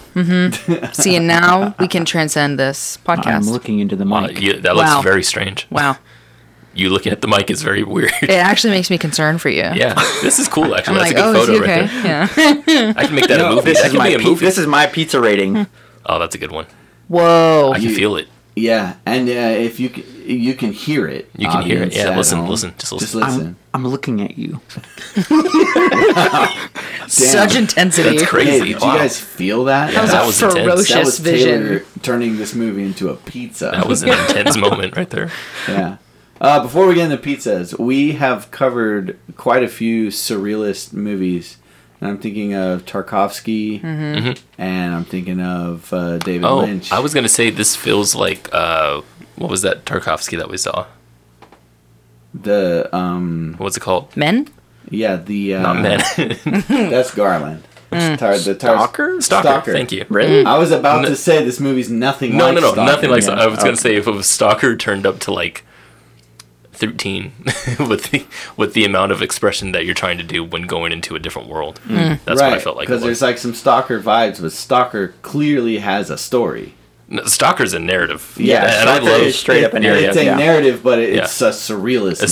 Mm-hmm. See, and now we can transcend this
I'm
podcast.
looking into the
Uh,
mic.
you- that looks
Wow.
very strange.
wow.
You looking at the mic is very weird.
It actually makes me concerned for you.
yeah, this is cool actually. That's
I'm like,
a good
oh, is
photo
he
right
okay?
there.
Yeah.
I can make that a
No,
movie.
this
That
is
can
my
be a
pi-
movie.
this is my pizza rating.
oh, that's a good one.
Whoa.
I can feel it.
Yeah, and uh, if you c- you can hear it,
You can hear it.
audience
Yeah,
at
listen,
home.
listen, just
Just
listen.
listen.
I'm looking at you.
Such intensity.
That's
Hey,
crazy.
did
wow.
you guys feel that?
That was
That
a
was intense.
ferocious
That was
vision.
Taylor turning this movie into a pizza.
that was an intense moment right there.
yeah. Uh, before we get into pizzas, we have covered quite a few surrealist movies, and I'm thinking of Tarkovsky, and I'm thinking of uh, David
Mm-hmm. Oh,
Lynch.
I was gonna say this feels like uh, what was that Tarkovsky that we saw?
the um
What's it called?
Men?
yeah the uh,
Not men.
that's Garland. Tar- the tar-
Stalker.
Stalker?
Stalker.
Thank you.
Really?
I was about
No-
to say this movie's nothing.
No,
like
no, no,
Stalker.
nothing like.
Yeah.
Stalker. I was gonna say if a stalker turned up to like thirteen with the with the amount of expression that you're trying to do when going into a different world,
Mm.
that's what I felt like. it
Because
was.
there's like some stalker vibes, but stalker clearly has a story.
No, Stalker's a narrative.
Yeah,
and I
Stalker
love
is straight up a
Yeah, yeah.
It's a
yeah.
narrative, but it- it's a surrealist.
a
narrative.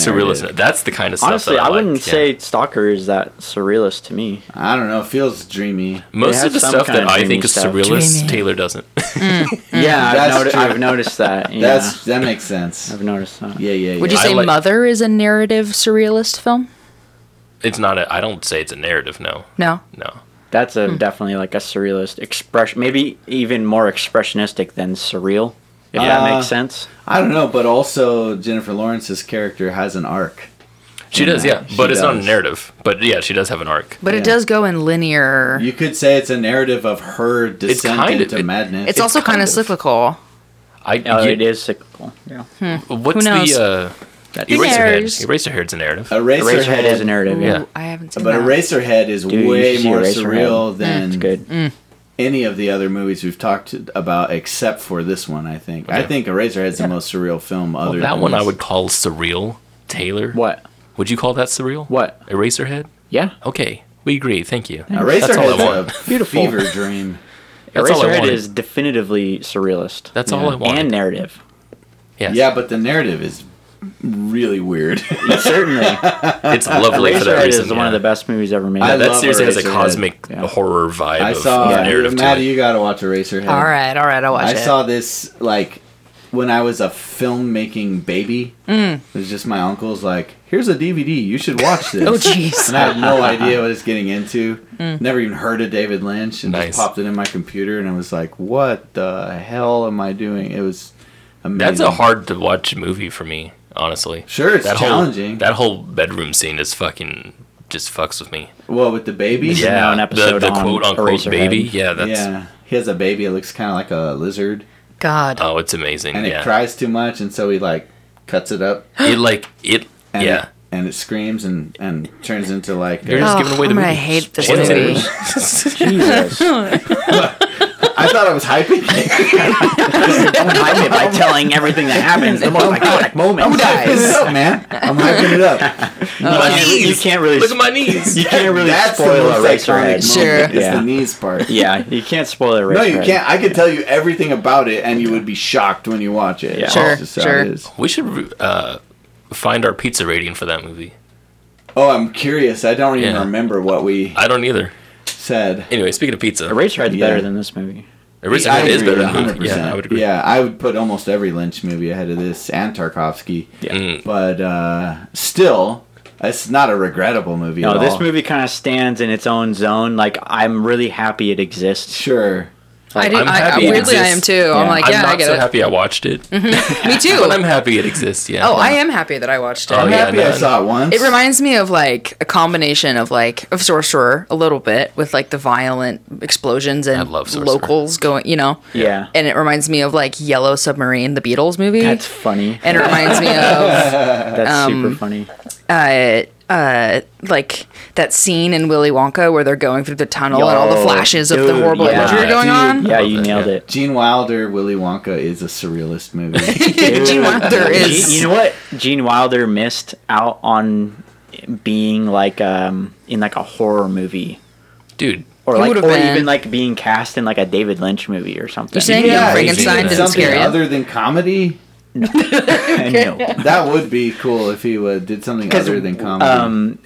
surrealist. That's the kind of stuff.
Honestly,
that I,
I
like,
wouldn't
yeah.
say Stalker is that surrealist to me.
I don't know. It feels dreamy.
most
have
of the
some
stuff
kind
that
of
I
dreamy
think is
stuff.
surrealist.
Dreamy. Mm.
Taylor doesn't.
Yeah,
that's
I've, noti-
true.
I've noticed that. Yeah,
That's that makes sense.
I've noticed that.
Yeah, yeah, yeah.
Would you
I
say
like-
Mother is a narrative surrealist film?
it's not. A, I don't say it's a narrative. No,
No.
no.
That's a definitely like a surrealist expression, maybe even more expressionistic than surreal, if that
Uh,
makes sense.
I don't know, but also Jennifer Lawrence's character has an arc.
She does, yeah,
she
but it's not a
does.
narrative. But yeah, she does have an arc.
But
Yeah.
it does go in linear.
You could say it's a narrative of her descent
kind of-
into
it-
madness.
it's, also kind
kind
of
of-
cyclical.
I
Oh,
you-
it is cyclical. Yeah.
What's
Who knows?
the uh,
That's-
Eraserhead?
cares?
Eraserhead's a narrative.
Eraserhead,
Eraserhead is a narrative. Yeah.
Yeah.
Ooh, I haven't seen
but
that.
Eraserhead is
you
way
should see
more
Eraserhead.
surreal than
It's good.
any of the other movies we've talked about, except for this one. I think. I
Yeah.
think Eraserhead's the most surreal film. Other
That
than
one I
this.
would call surreal. Taylor,
What?
would you call that surreal?
What?
Eraserhead?
Yeah.
Okay, we agree. Thank you. That's all I want.
Eraserhead's a
Beautiful.
fever dream.
That's all I
Eraserhead
wanted.
is definitively surrealist
That's all I want.
and narrative.
yes.
Yeah, but the narrative is really weird.
Certainly,
it's lovely for that
Eraserhead
reason.
is one of
yeah.
the best movies ever made.
I
That
love
seriously has a
Eraserhead.
cosmic
Yeah.
horror vibe.
I
of
saw uh,
narrative to
Maddie.
it.
You gotta watch Eraserhead.
all right, all right, I'll watch
I
it.
saw this like when I was a filmmaking baby,
Mm.
it was just my uncle's like, "Here's a DVD. You should watch this."
Oh, jeez. Mm.
And I had no idea what I was getting into. Never even heard of David Lynch, and
Nice.
just popped it in my computer, and I was like, "What the hell am I doing?" It was amazing.
That's a hard to watch movie for me, honestly.
Sure, it's
that Whole,
challenging.
that whole bedroom scene is fucking just fucks with me.
well with the baby.
Yeah,
an
the,
episode
the
on
quote unquote
Eraserhead.
baby. Yeah, that's
yeah. He has a baby. It looks kind of like a lizard,
God.
oh, it's amazing.
and it
yeah,
cries too much, and so he like cuts it up.
it like it.
And
yeah,
It, and it screams and, and turns into like
you're
a-
just
Oh,
giving away the
I'm
movie.
gonna hate this
movie.
Jesus. I'm
I thought I was hyping. it.
hyping it by telling everything that happens. The most iconic moment.
hyping it up, man. I'm hyping it up.
You, you can't really.
Look at my knees.
You can't really
That's the
spoil
most iconic
Eraserhead.
moment.
Sure.
It's
Yeah.
the knees part.
Yeah, you can't spoil Eraserhead.
No, you can't. I could tell you everything about it, and you would be shocked when you watch it.
Yeah.
It's
Sure,
just how
sure.
it is.
we should uh, find our pizza rating for that movie.
Oh, I'm curious. I don't even
Yeah.
remember what we
I don't either.
said.
Anyway, speaking of pizza,
Eraserhead's
Yeah.
better than this movie.
Eraserhead is better than
100%.
movie. Yeah, I would agree.
Yeah, I would put almost every Lynch movie ahead of this and Tarkovsky.
Yeah.
Mm.
But uh, still, it's not a regrettable movie at
No,
all.
this movie kind of stands in its own zone. Like, I'm really happy it exists.
Sure.
I do.
I'm
I, I,
happy it
weirdly, I am
exists.
too. I'm
Yeah.
like,
I'm
yeah,
not
I get
so
it. Mm-hmm.
happy I watched it,
Me too.
but I'm happy it exists. Yeah.
oh, I am happy that I watched it.
Oh,
I'm
yeah,
happy
no,
I
no.
saw it once.
It reminds me of like a combination of like of Sorcerer a little bit with like the violent explosions and
love Sorcerer.
locals going, you know.
Yeah.
And it reminds me of like Yellow Submarine, the Beatles movie.
That's funny.
and um, it reminds me of
That's super funny.
uh, uh, like that scene in Willy Wonka where they're going through the tunnel and all the
Yo,
flashes of the
dude,
horrible
yeah.
imagery going
Dude,
on.
Yeah,
love
you
it,
nailed
yeah.
it.
Gene Wilder, Willy Wonka is a surrealist movie.
Gene Wilder is.
Gene- you know what? Gene Wilder missed out on being like um in like a horror movie.
dude.
Or
It
like,
would've
or
been.
even like being cast in like a David Lynch movie or something.
You're saying
Yeah,
Young Frankenstein
he's-
didn't
something
scare you?
other than comedy.
no.
That would be cool if he would, did something
'Cause,
other than comedy.
Um,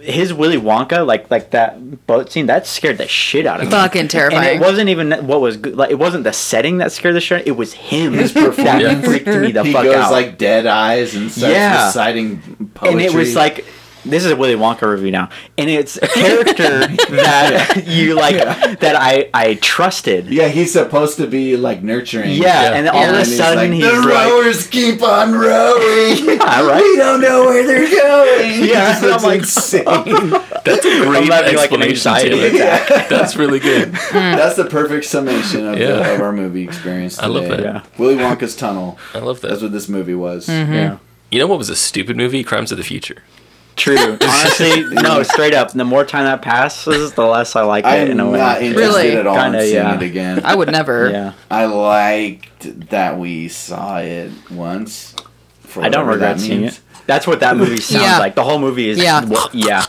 his Willy Wonka, like like that boat scene, that scared the shit out of me.
Fucking
And
terrifying.
it wasn't even what was good. Like it wasn't the setting that scared the shit. It was him.
His performance.
that freaked me the
he
fuck
goes
out.
like oh, dead eyes and starts
Yeah.
reciting
and
poetry.
it was like this is a Willy Wonka review now, and it's a character that you like that I I trusted. Yeah,
yeah, he's supposed to be like nurturing.
and all
Yeah.
of
And
a
he's like,
sudden he's
the
like,
rowers keep on rowing.
yeah,
we
right.
don't know where they're going.
Yeah,
It's
and I'm like- oh,
insane.
That's a
I'm
great
having, like, an
explanation.
anxiety
Taylor. That's really good.
That's the perfect summation of,
Mm. Yeah.
the, of our movie experience. Today.
I love that. Mm.
Yeah.
Willy Wonka's tunnel.
I love
That's
that.
what this movie was.
Yeah.
You know what was a stupid movie? Crimes of the Future.
True. Honestly, no. Straight up, the more time that passes, the less I like
I
it
am
in a way.
not interested
Really?
at all
Kinda,
in seeing
yeah.
it again.
I would never.
yeah,
I liked that we saw it once. For
I don't
whatever that
regret seeing
means.
it. That's what that movie sounds
Yeah.
like. The whole movie is
Yeah.
wha- yeah.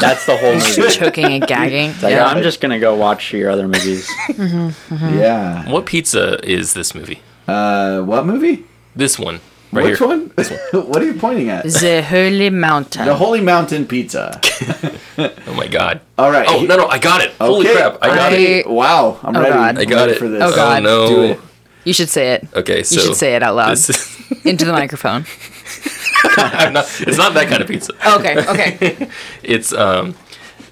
That's the whole movie.
Choking and gagging.
Like,
yeah.
I'm just gonna go watch your other movies.
Mm-hmm.
Yeah.
What pizza is this movie?
Uh, what movie?
This one right
Which
here.
one? what are you pointing at?
The Holy Mountain.
The Holy Mountain Pizza.
Oh my god.
All right.
Oh no no, I got it. Holy
Uh, Okay.
crap, I got it.
I-
Wow, I'm
Oh,
ready.
God.
I got
ready
it.
for this.
Oh, God.
no.
Do it.
you should say it
Okay, so
should say it out loud.
this is-
into the microphone.
I'm not, it's not that kind of pizza.
Okay, okay.
It's um,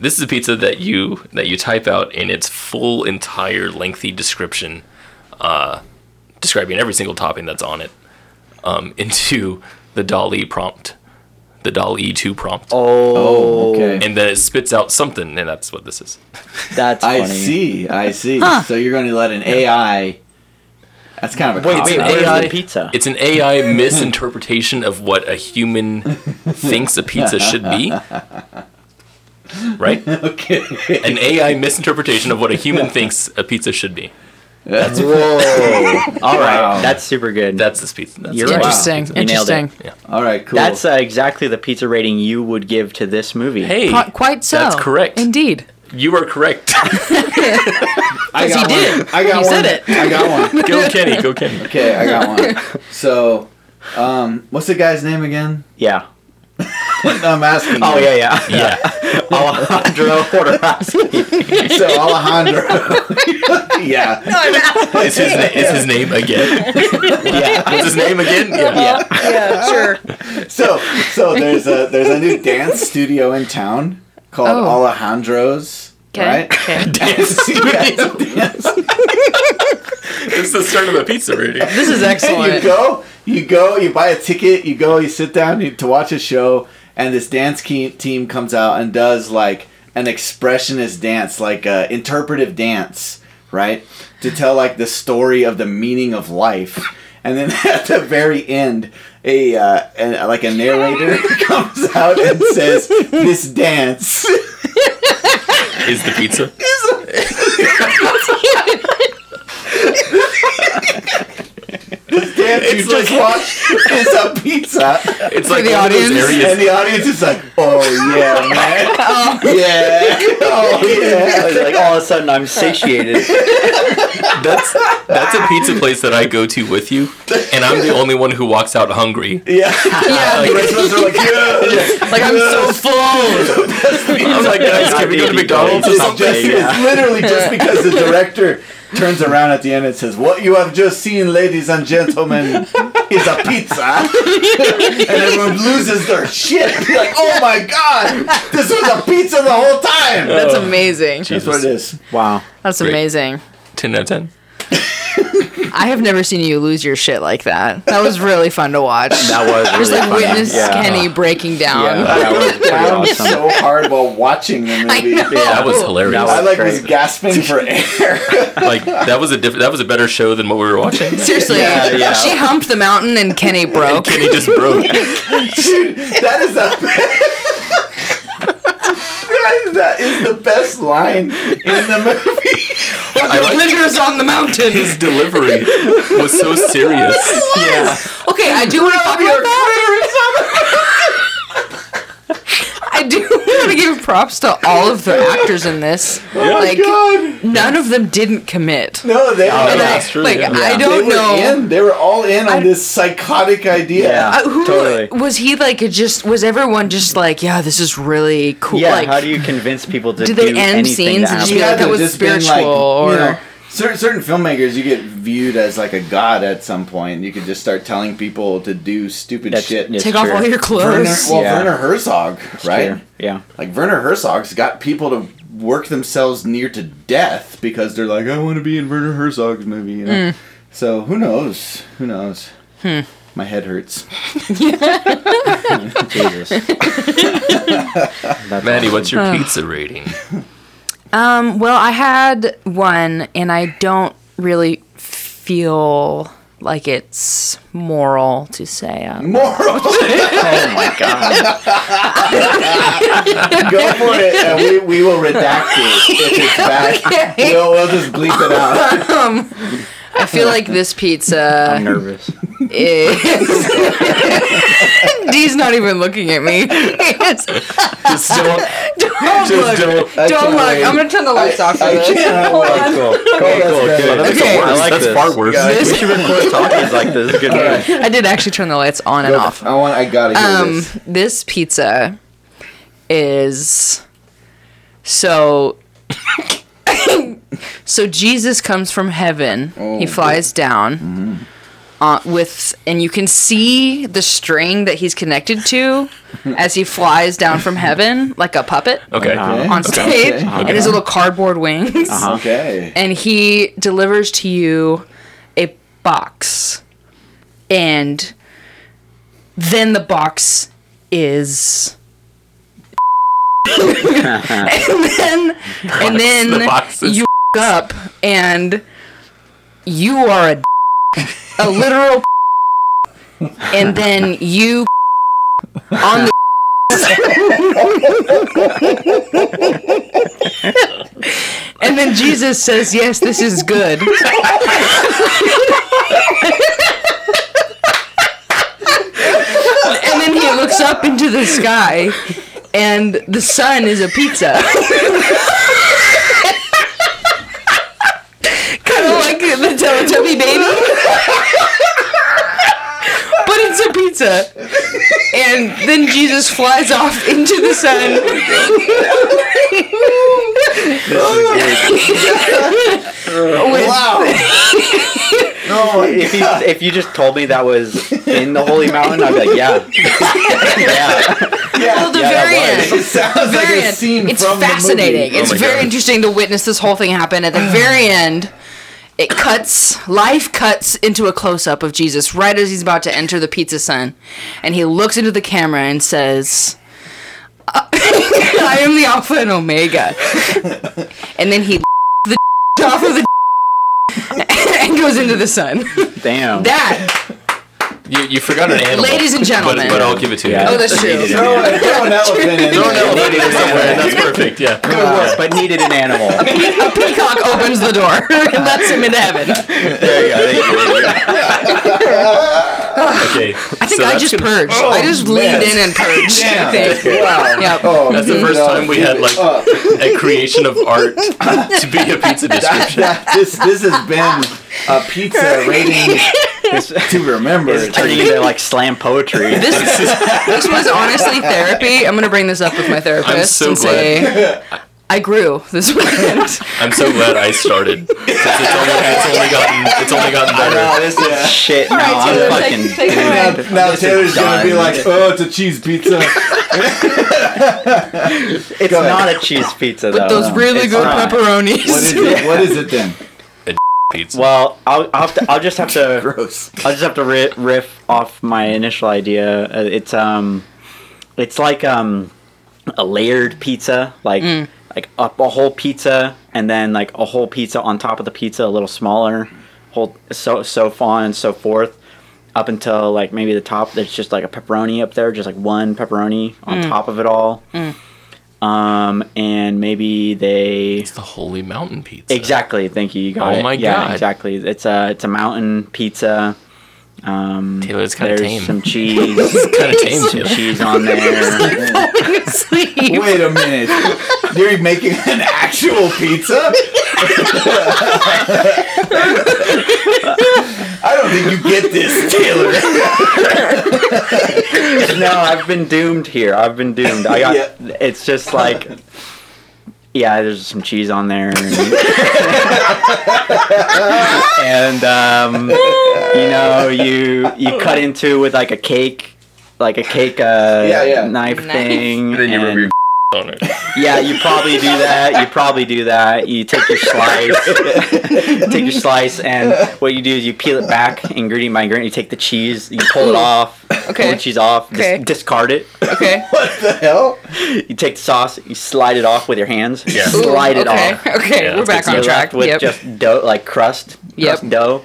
this is a pizza that you that you type out in its full entire lengthy description, uh, describing every single topping that's on it, um, into the Dolly prompt, the Dolly two prompt,
Oh,
Okay.
and then it spits out something, and that's what this is.
that's funny.
I see. I see.
Huh.
So you're going to let an AI. That's kind of a
Wait,
cop
wait,
out.
where's
AI
the pizza?
It's an AI misinterpretation of what a human thinks a pizza should be. Right?
Okay.
An AI misinterpretation of what a human thinks a pizza should be.
Whoa.
All right,
Wow.
that's super good.
That's this pizza. That's
You're
this
right.
pizza.
Interesting.
You nailed it.
Interesting.
All right. Cool.
That's uh, exactly the pizza rating you would give to this movie.
Hey,
Qu- quite so.
That's correct.
Indeed.
you are correct.
I got
he
one.
did.
I got
He
one.
said it.
I got one.
go Kenny, go Kenny.
Okay, I got one. So, um, what's the guy's name again?
Yeah.
what I'm asking.
Oh
you.
yeah, yeah.
Yeah.
Alejandro Jodorowsky.
So Alejandro. yeah.
No, I'm out.
Is his, na- is his name again? What's his name again? Yeah.
yeah, sure.
So so there's a there's a new dance studio in town called
Oh.
Alejandro's. Right.
Dance studio.
Yes.
It's the start of a pizza rating.
This
And
is
you
excellent.
go, you go, you buy a ticket, you go, you sit down you- to watch a show, and this dance ke- team comes out and does like an expressionist dance, like a interpretive dance, right? To tell like the story of the meaning of life. And then at the very end, a, uh, a like a narrator comes out and says, "This dance."
Is the pizza?
dance you
It's
just
like-
watched is a pizza.
It's like
the
one of those
audience.
And
areas.
the audience is like, oh yeah, man. Yeah. Oh yeah.
I was like, all of a sudden, I'm satiated.
That's that's a pizza place that I go to with you, and I'm the only one who walks out hungry.
Yeah.
Yeah,
The rest of us are like, yeah.
like I'm so full.
I'm like, guys, can we go to McDonald's or
It's,
something?
just, it's literally just because the director turns around at the end and says, What you have just seen, ladies and gentlemen, is a pizza. and everyone loses their shit. like, oh my god, this was a pizza the whole time.
That's
Oh,
amazing.
That's what it is.
wow.
That's
Great.
amazing.
Ten out of ten.
I have never seen you lose your shit like that. That was really fun to watch.
That was really
Just like
funny.
witness
yeah.
Kenny breaking down.
Yeah, that was pretty
Um, I'm
awesome.
so hard while watching the
I
movie.
know.
That was hilarious.
That
I like was
Crazy.
gasping for air.
like that was a diff- that was a better show than what we were watching.
Seriously,
Yeah, yeah.
she humped the mountain and Kenny broke.
Kenny just broke.
Dude, that is the that, is, that is the best line in the movie.
I like
Blinders on the mountain.
his delivery was so serious.
Yeah. Okay, I do want to talk about that. I do want to give props to all of the actors in this. like
Oh God,
none of them didn't commit.
no, they.
Oh,
And
yeah.
I-
that's true,
Like
yeah.
I
They
don't
were
know.
in. They were all in on
I-
this psychotic idea.
Yeah.
Uh, who
Totally.
was he like? It just was everyone just like, yeah, this is really cool.
Yeah,
like,
how do you convince people to do
do they end
anything
scenes
to Apple?
and just be like,
had
that
to
was
just been,
spiritual, or
you know, certain certain filmmakers, you get viewed as like a god at some point. You could just start telling people to do stupid
That's-
shit.
yeah.
take
It's
off
true.
all your
Werner,
clothes?
well,
Yeah.
Werner Herzog, right?
Sure. Yeah.
Like Werner Herzog's got people to work themselves near to death because they're like, I want to be in Werner Herzog's movie. You know?
Hmm.
So who knows? Who knows? My head hurts.
Jesus. That's
Maddie,
awesome.
what's your pizza rating?
Um, well, I had one, and I don't really feel like it's moral to say. Um,
Moral.
Oh my god.
Go for it, and we, we will redact it if it's bad. We'll, we'll just bleep it out.
Um, I feel like this pizza
I'm nervous.
is. Dee's not even looking at me. It's-
Just don't,
don't look.
just don't.
I can't
Don't look.
wait.
I'm gonna turn the lights off for
I
this.
can't wait.
Cool.
Oh, that's better.
That's
Okay.
a worse.
I like
That's
this.
far worse.
Yeah.
This-
We should record talkies like this. This is good news.
I did actually turn the lights on and off.
I want. I gotta hear
Um,
this.
this pizza is so. so Jesus comes from heaven. he flies down uh, with, and you can see the string that he's connected to as he flies down from heaven like a puppet
Okay.
Uh-huh.
on stage,
okay, Uh-huh.
and his little cardboard wings
Okay.
and he delivers to you a box and then the box is and then and then
The box is-
you up and you are a a literal and then you on the and then Jesus says, "Yes, this is good." and then he looks up into the sky, and the sun is a pizza. kind of like the Teletubby baby. But it's a pizza. And then Jesus flies off into the sun.
Oh,
if, you, if you just told me that was in the Holy Mountain, I'd be like, yeah, yeah.
Well, the
yeah, that
very
was.
end.
It sounds like
very
a
end.
scene
it's
from the movie.
fascinating.
Oh
It's
my
very
God.
interesting to witness this whole thing happen. At the very end, it cuts, life cuts into a close up of Jesus right as he's about to enter the pizza sun. And he looks into the camera and says, "Uh, I am the Alpha and Omega. and then he the off of the and goes into the sun.
Damn.
That,
You, you forgot an animal.
ladies and
but,
gentlemen.
but I'll give it to you.
Yeah.
oh, that's true.
Throw, a, throw an elephant in
Throw an
there.
elephant in there somewhere. That's perfect. Yeah.
Uh, but needed an animal.
A peacock opens the door and lets him into heaven.
There you go. Thank you. okay.
I think I just purged.
Oh,
I just leaned in and purged. I think.
Wow.
Yep.
Oh,
That's the
dude,
first
no,
time we
give
had
it
like
up.
a creation of art to be a pizza description.
this this has been a pizza rating to remember.
It's turning into like slam poetry.
This, this was honestly therapy. I'm gonna bring this up with my therapist
so
and say I grew this weekend.
I'm so glad I started. 'cause It's only, it's only gotten it's only gotten better.
this is
Shit, no, I'm fucking.
now, now Taylor's gonna be
done.
like, oh, it's a cheese pizza. ahead.
It's not a cheese pizza though.
Those really
it's
good
not.
pepperonis.
What is it? What is it then?
Pizza.
well, I'll, I'll, have to, I'll just have to.
Gross.
I'll just have to ri- riff off my initial idea. Uh, It's um, it's like um, a layered pizza, like like a, a whole pizza, and then like a whole pizza on top of the pizza, a little smaller, whole so so on and so forth, up until like maybe the top. There's just like a pepperoni up there, just like one pepperoni on top of it all. Um, and maybe they
It's the holy mountain pizza.
Exactly. Thank you. You got
uh, Oh
it.
my
yeah,
God.
Exactly. It's a it's a mountain pizza. Um,
Taylor, it's kinda
there's
tame.
Some cheese.
Kind of tame
some
Taylor.
cheese on there.
Sleep.
Wait a minute. You're making an actual pizza? I don't think you get this, Taylor.
no, I've been doomed here. I've been doomed. I got.
Yeah.
It's just like. Yeah, there's some cheese on there, and, and, um, you know, you you cut into with like a cake, like a cake uh,
Yeah, yeah.
knife
Knife.
thing.
Then you rub
and-
your on it.
Yeah, you probably do that. You probably do that. You take your slice, take your slice, and what you do is you peel it back, ingredient by ingredient. You take the cheese, you pull it off, pull
Okay.
the cheese off, dis-
Okay.
discard it.
Okay.
What the hell?
You take the sauce, you slide it off with your hands,
Yeah. Ooh,
slide it
okay.
off.
Okay.
Yeah,
We're
that's
back
good
on
You're
track.
left with
Yep.
just dough, like crust,
Yep.
crust dough.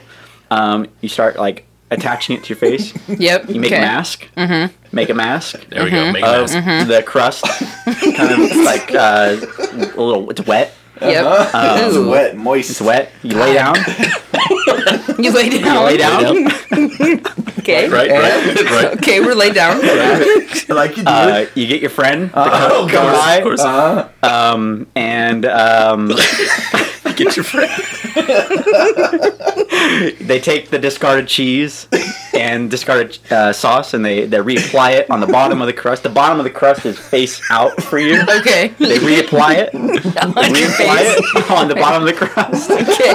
Um, you start like attaching it to your face. You
yep.
make
okay.
a mask. Mm-hmm. Make a mask
There we
Mm-hmm.
go. Make
of
it nice.
the crust, kind of like uh, a little. It's wet.
Yep.
Uh-huh.
Um,
Uh-huh.
it's
Ooh.
wet, moist.
It's wet. You lay down.
You lay down.
You lay down.
Okay.
Right, right, right.
Okay, we're laid down.
Like you do. Uh-huh.
Uh, you get your friend to come,
oh,
come
God.
Of
by,
course.
um, and um,
Get your friend.
they take the discarded cheese and discarded uh, sauce, and they they reapply it on the bottom of the crust. The bottom of the crust is face out for you.
Okay.
They reapply it. reapply it on the bottom of the crust.
Okay.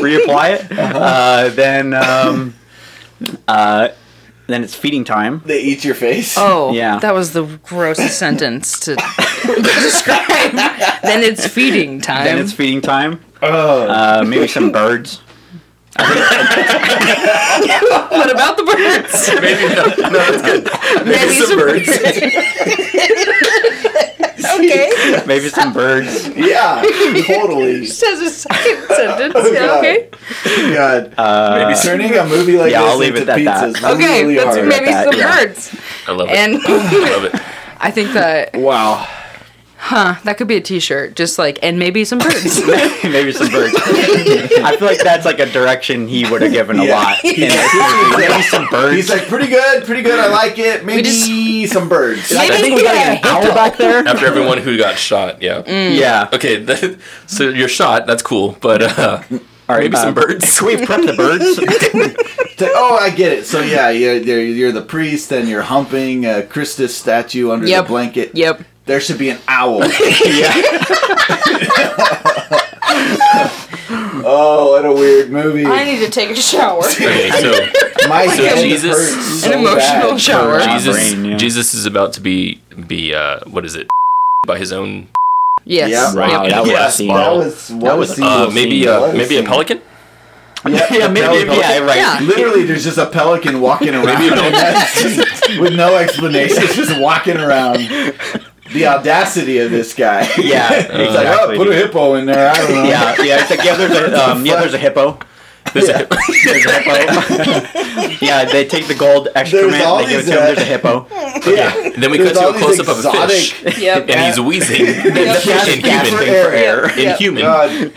reapply it.
Uh-huh.
Uh, then um, uh, then it's feeding time.
They eat your face.
Oh,
Yeah.
That was the grossest sentence to describe. then it's feeding time.
Then it's feeding time.
Oh.
Uh, maybe some birds.
what about the birds?
Maybe no. No, that's good.
Maybe
some birds.
okay.
Maybe some birds.
yeah, totally.
Says a second sentence. Yeah,
God.
okay.
God.
Uh,
Maybe turning a movie like
yeah,
this
I'll leave
into
it at that.
pizzas
Okay.
really
that's
hard.
maybe
that,
some
yeah.
birds.
I love it.
And
I love it.
I think that
Wow.
huh, that could be a T-shirt. Just like and maybe some birds.
maybe some birds. I feel like that's like a direction he would have given a lot. in this movie. maybe some birds.
He's like, pretty good, pretty good. I like it. Maybe some birds.
I
Maybe
think we got an
yeah.
owl back there.
After everyone
Mm-hmm.
Hmm.
who got shot, yeah.
Yeah.
Okay, so you're shot. That's cool, but uh,
All right,
Maybe
uh,
some birds.
Can we prep the birds?
It's like, oh, I get it. So yeah, yeah, you're, you're the priest, and you're humping a Christus statue under
Yep.
the blanket.
Yep.
There should be an owl. oh, what a weird movie.
I need to take a shower.
okay, so
My head
Jesus-
hurts so
An emotional
bad.
shower.
for-
Jesus,
brain, yeah.
Jesus is about to be be uh, what is it? By his own,
yes.
Yeah.
wow,
Yep.
that was
Yeah,
a scene.
That was what
That
a
was, uh,
single
uh,
scene.
maybe
What
uh, maybe a
scene.
pelican.
yeah, maybe,
That was-
yeah, right.
Yeah.
Literally, there's just a pelican walking around in that scene with no explanation, just walking around. The audacity of this guy.
Yeah,
it's like,
exactly,
oh, put a
dude.
hippo in there. I don't know.
Yeah, yeah, it's like, yeah, there's a, um, yeah, there's a hippo.
There's a-
There's a hippo. yeah, they take the gold excrement,
There's all
they give it
these,
to him,
uh,
there's a hippo.
yeah.
then we
There's
cut to
all
a
these
close up of a
exotic-
fish,
Yep.
and he's wheezing. The
gasp-
fish
gasp for
inhuman.
air.
Yep.
Inhuman.
God,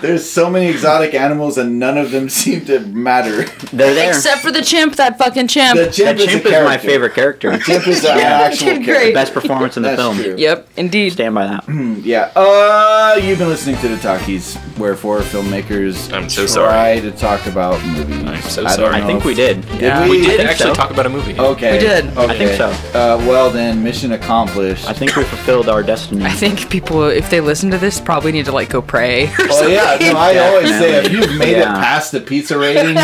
there's so many exotic animals and none of them seem to matter.
They're there.
Except for the chimp, that fucking chimp.
The chimp,
that
is, a
chimp is my
character.
favorite character.
Chimp is an actual
did
character.
great.
Best performance in the
That's
film.
true.
yep, indeed.
Stand by that.
Yeah. Uh, you've been listening to the talkies, where four filmmakers
I'm so
try
sorry.
to talk about movies.
I'm so
don't
sorry.
I
know
think
if-
we did.
Yeah. I
We did
think
actually
so.
talk about a movie.
Okay.
We did.
Okay.
I think so.
Uh, well then, mission accomplished.
I think we fulfilled our destiny.
I think people, if they listen to this, probably need to like go pray. Or
Oh
something.
yeah, no, I always say if you've made it
Yeah.
past the pizza ratings,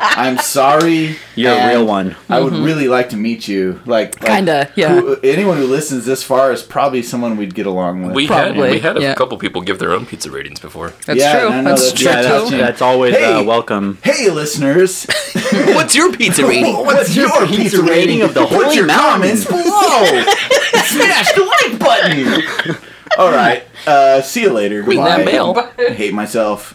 I'm sorry.
You're a
and
real one.
I would really like to meet you. Like, like
Mm-hmm. Kinda, yeah.
who- anyone who listens this far is probably someone we'd get along with.
We
Probably,
had we had a
yeah.
couple people give their own pizza ratings before.
That's
Yeah,
true.
no, no,
that's
that's-
true
yeah, that's,
too.
that's always
Hey.
uh, welcome.
hey, listeners,
What's your pizza rating?
what's your pizza rating of the Put
Holy
your
Mountain?
comments below. Smash the like button. All right. Uh, see you later.
Ring that
Goodbye.
bell.
Hate myself.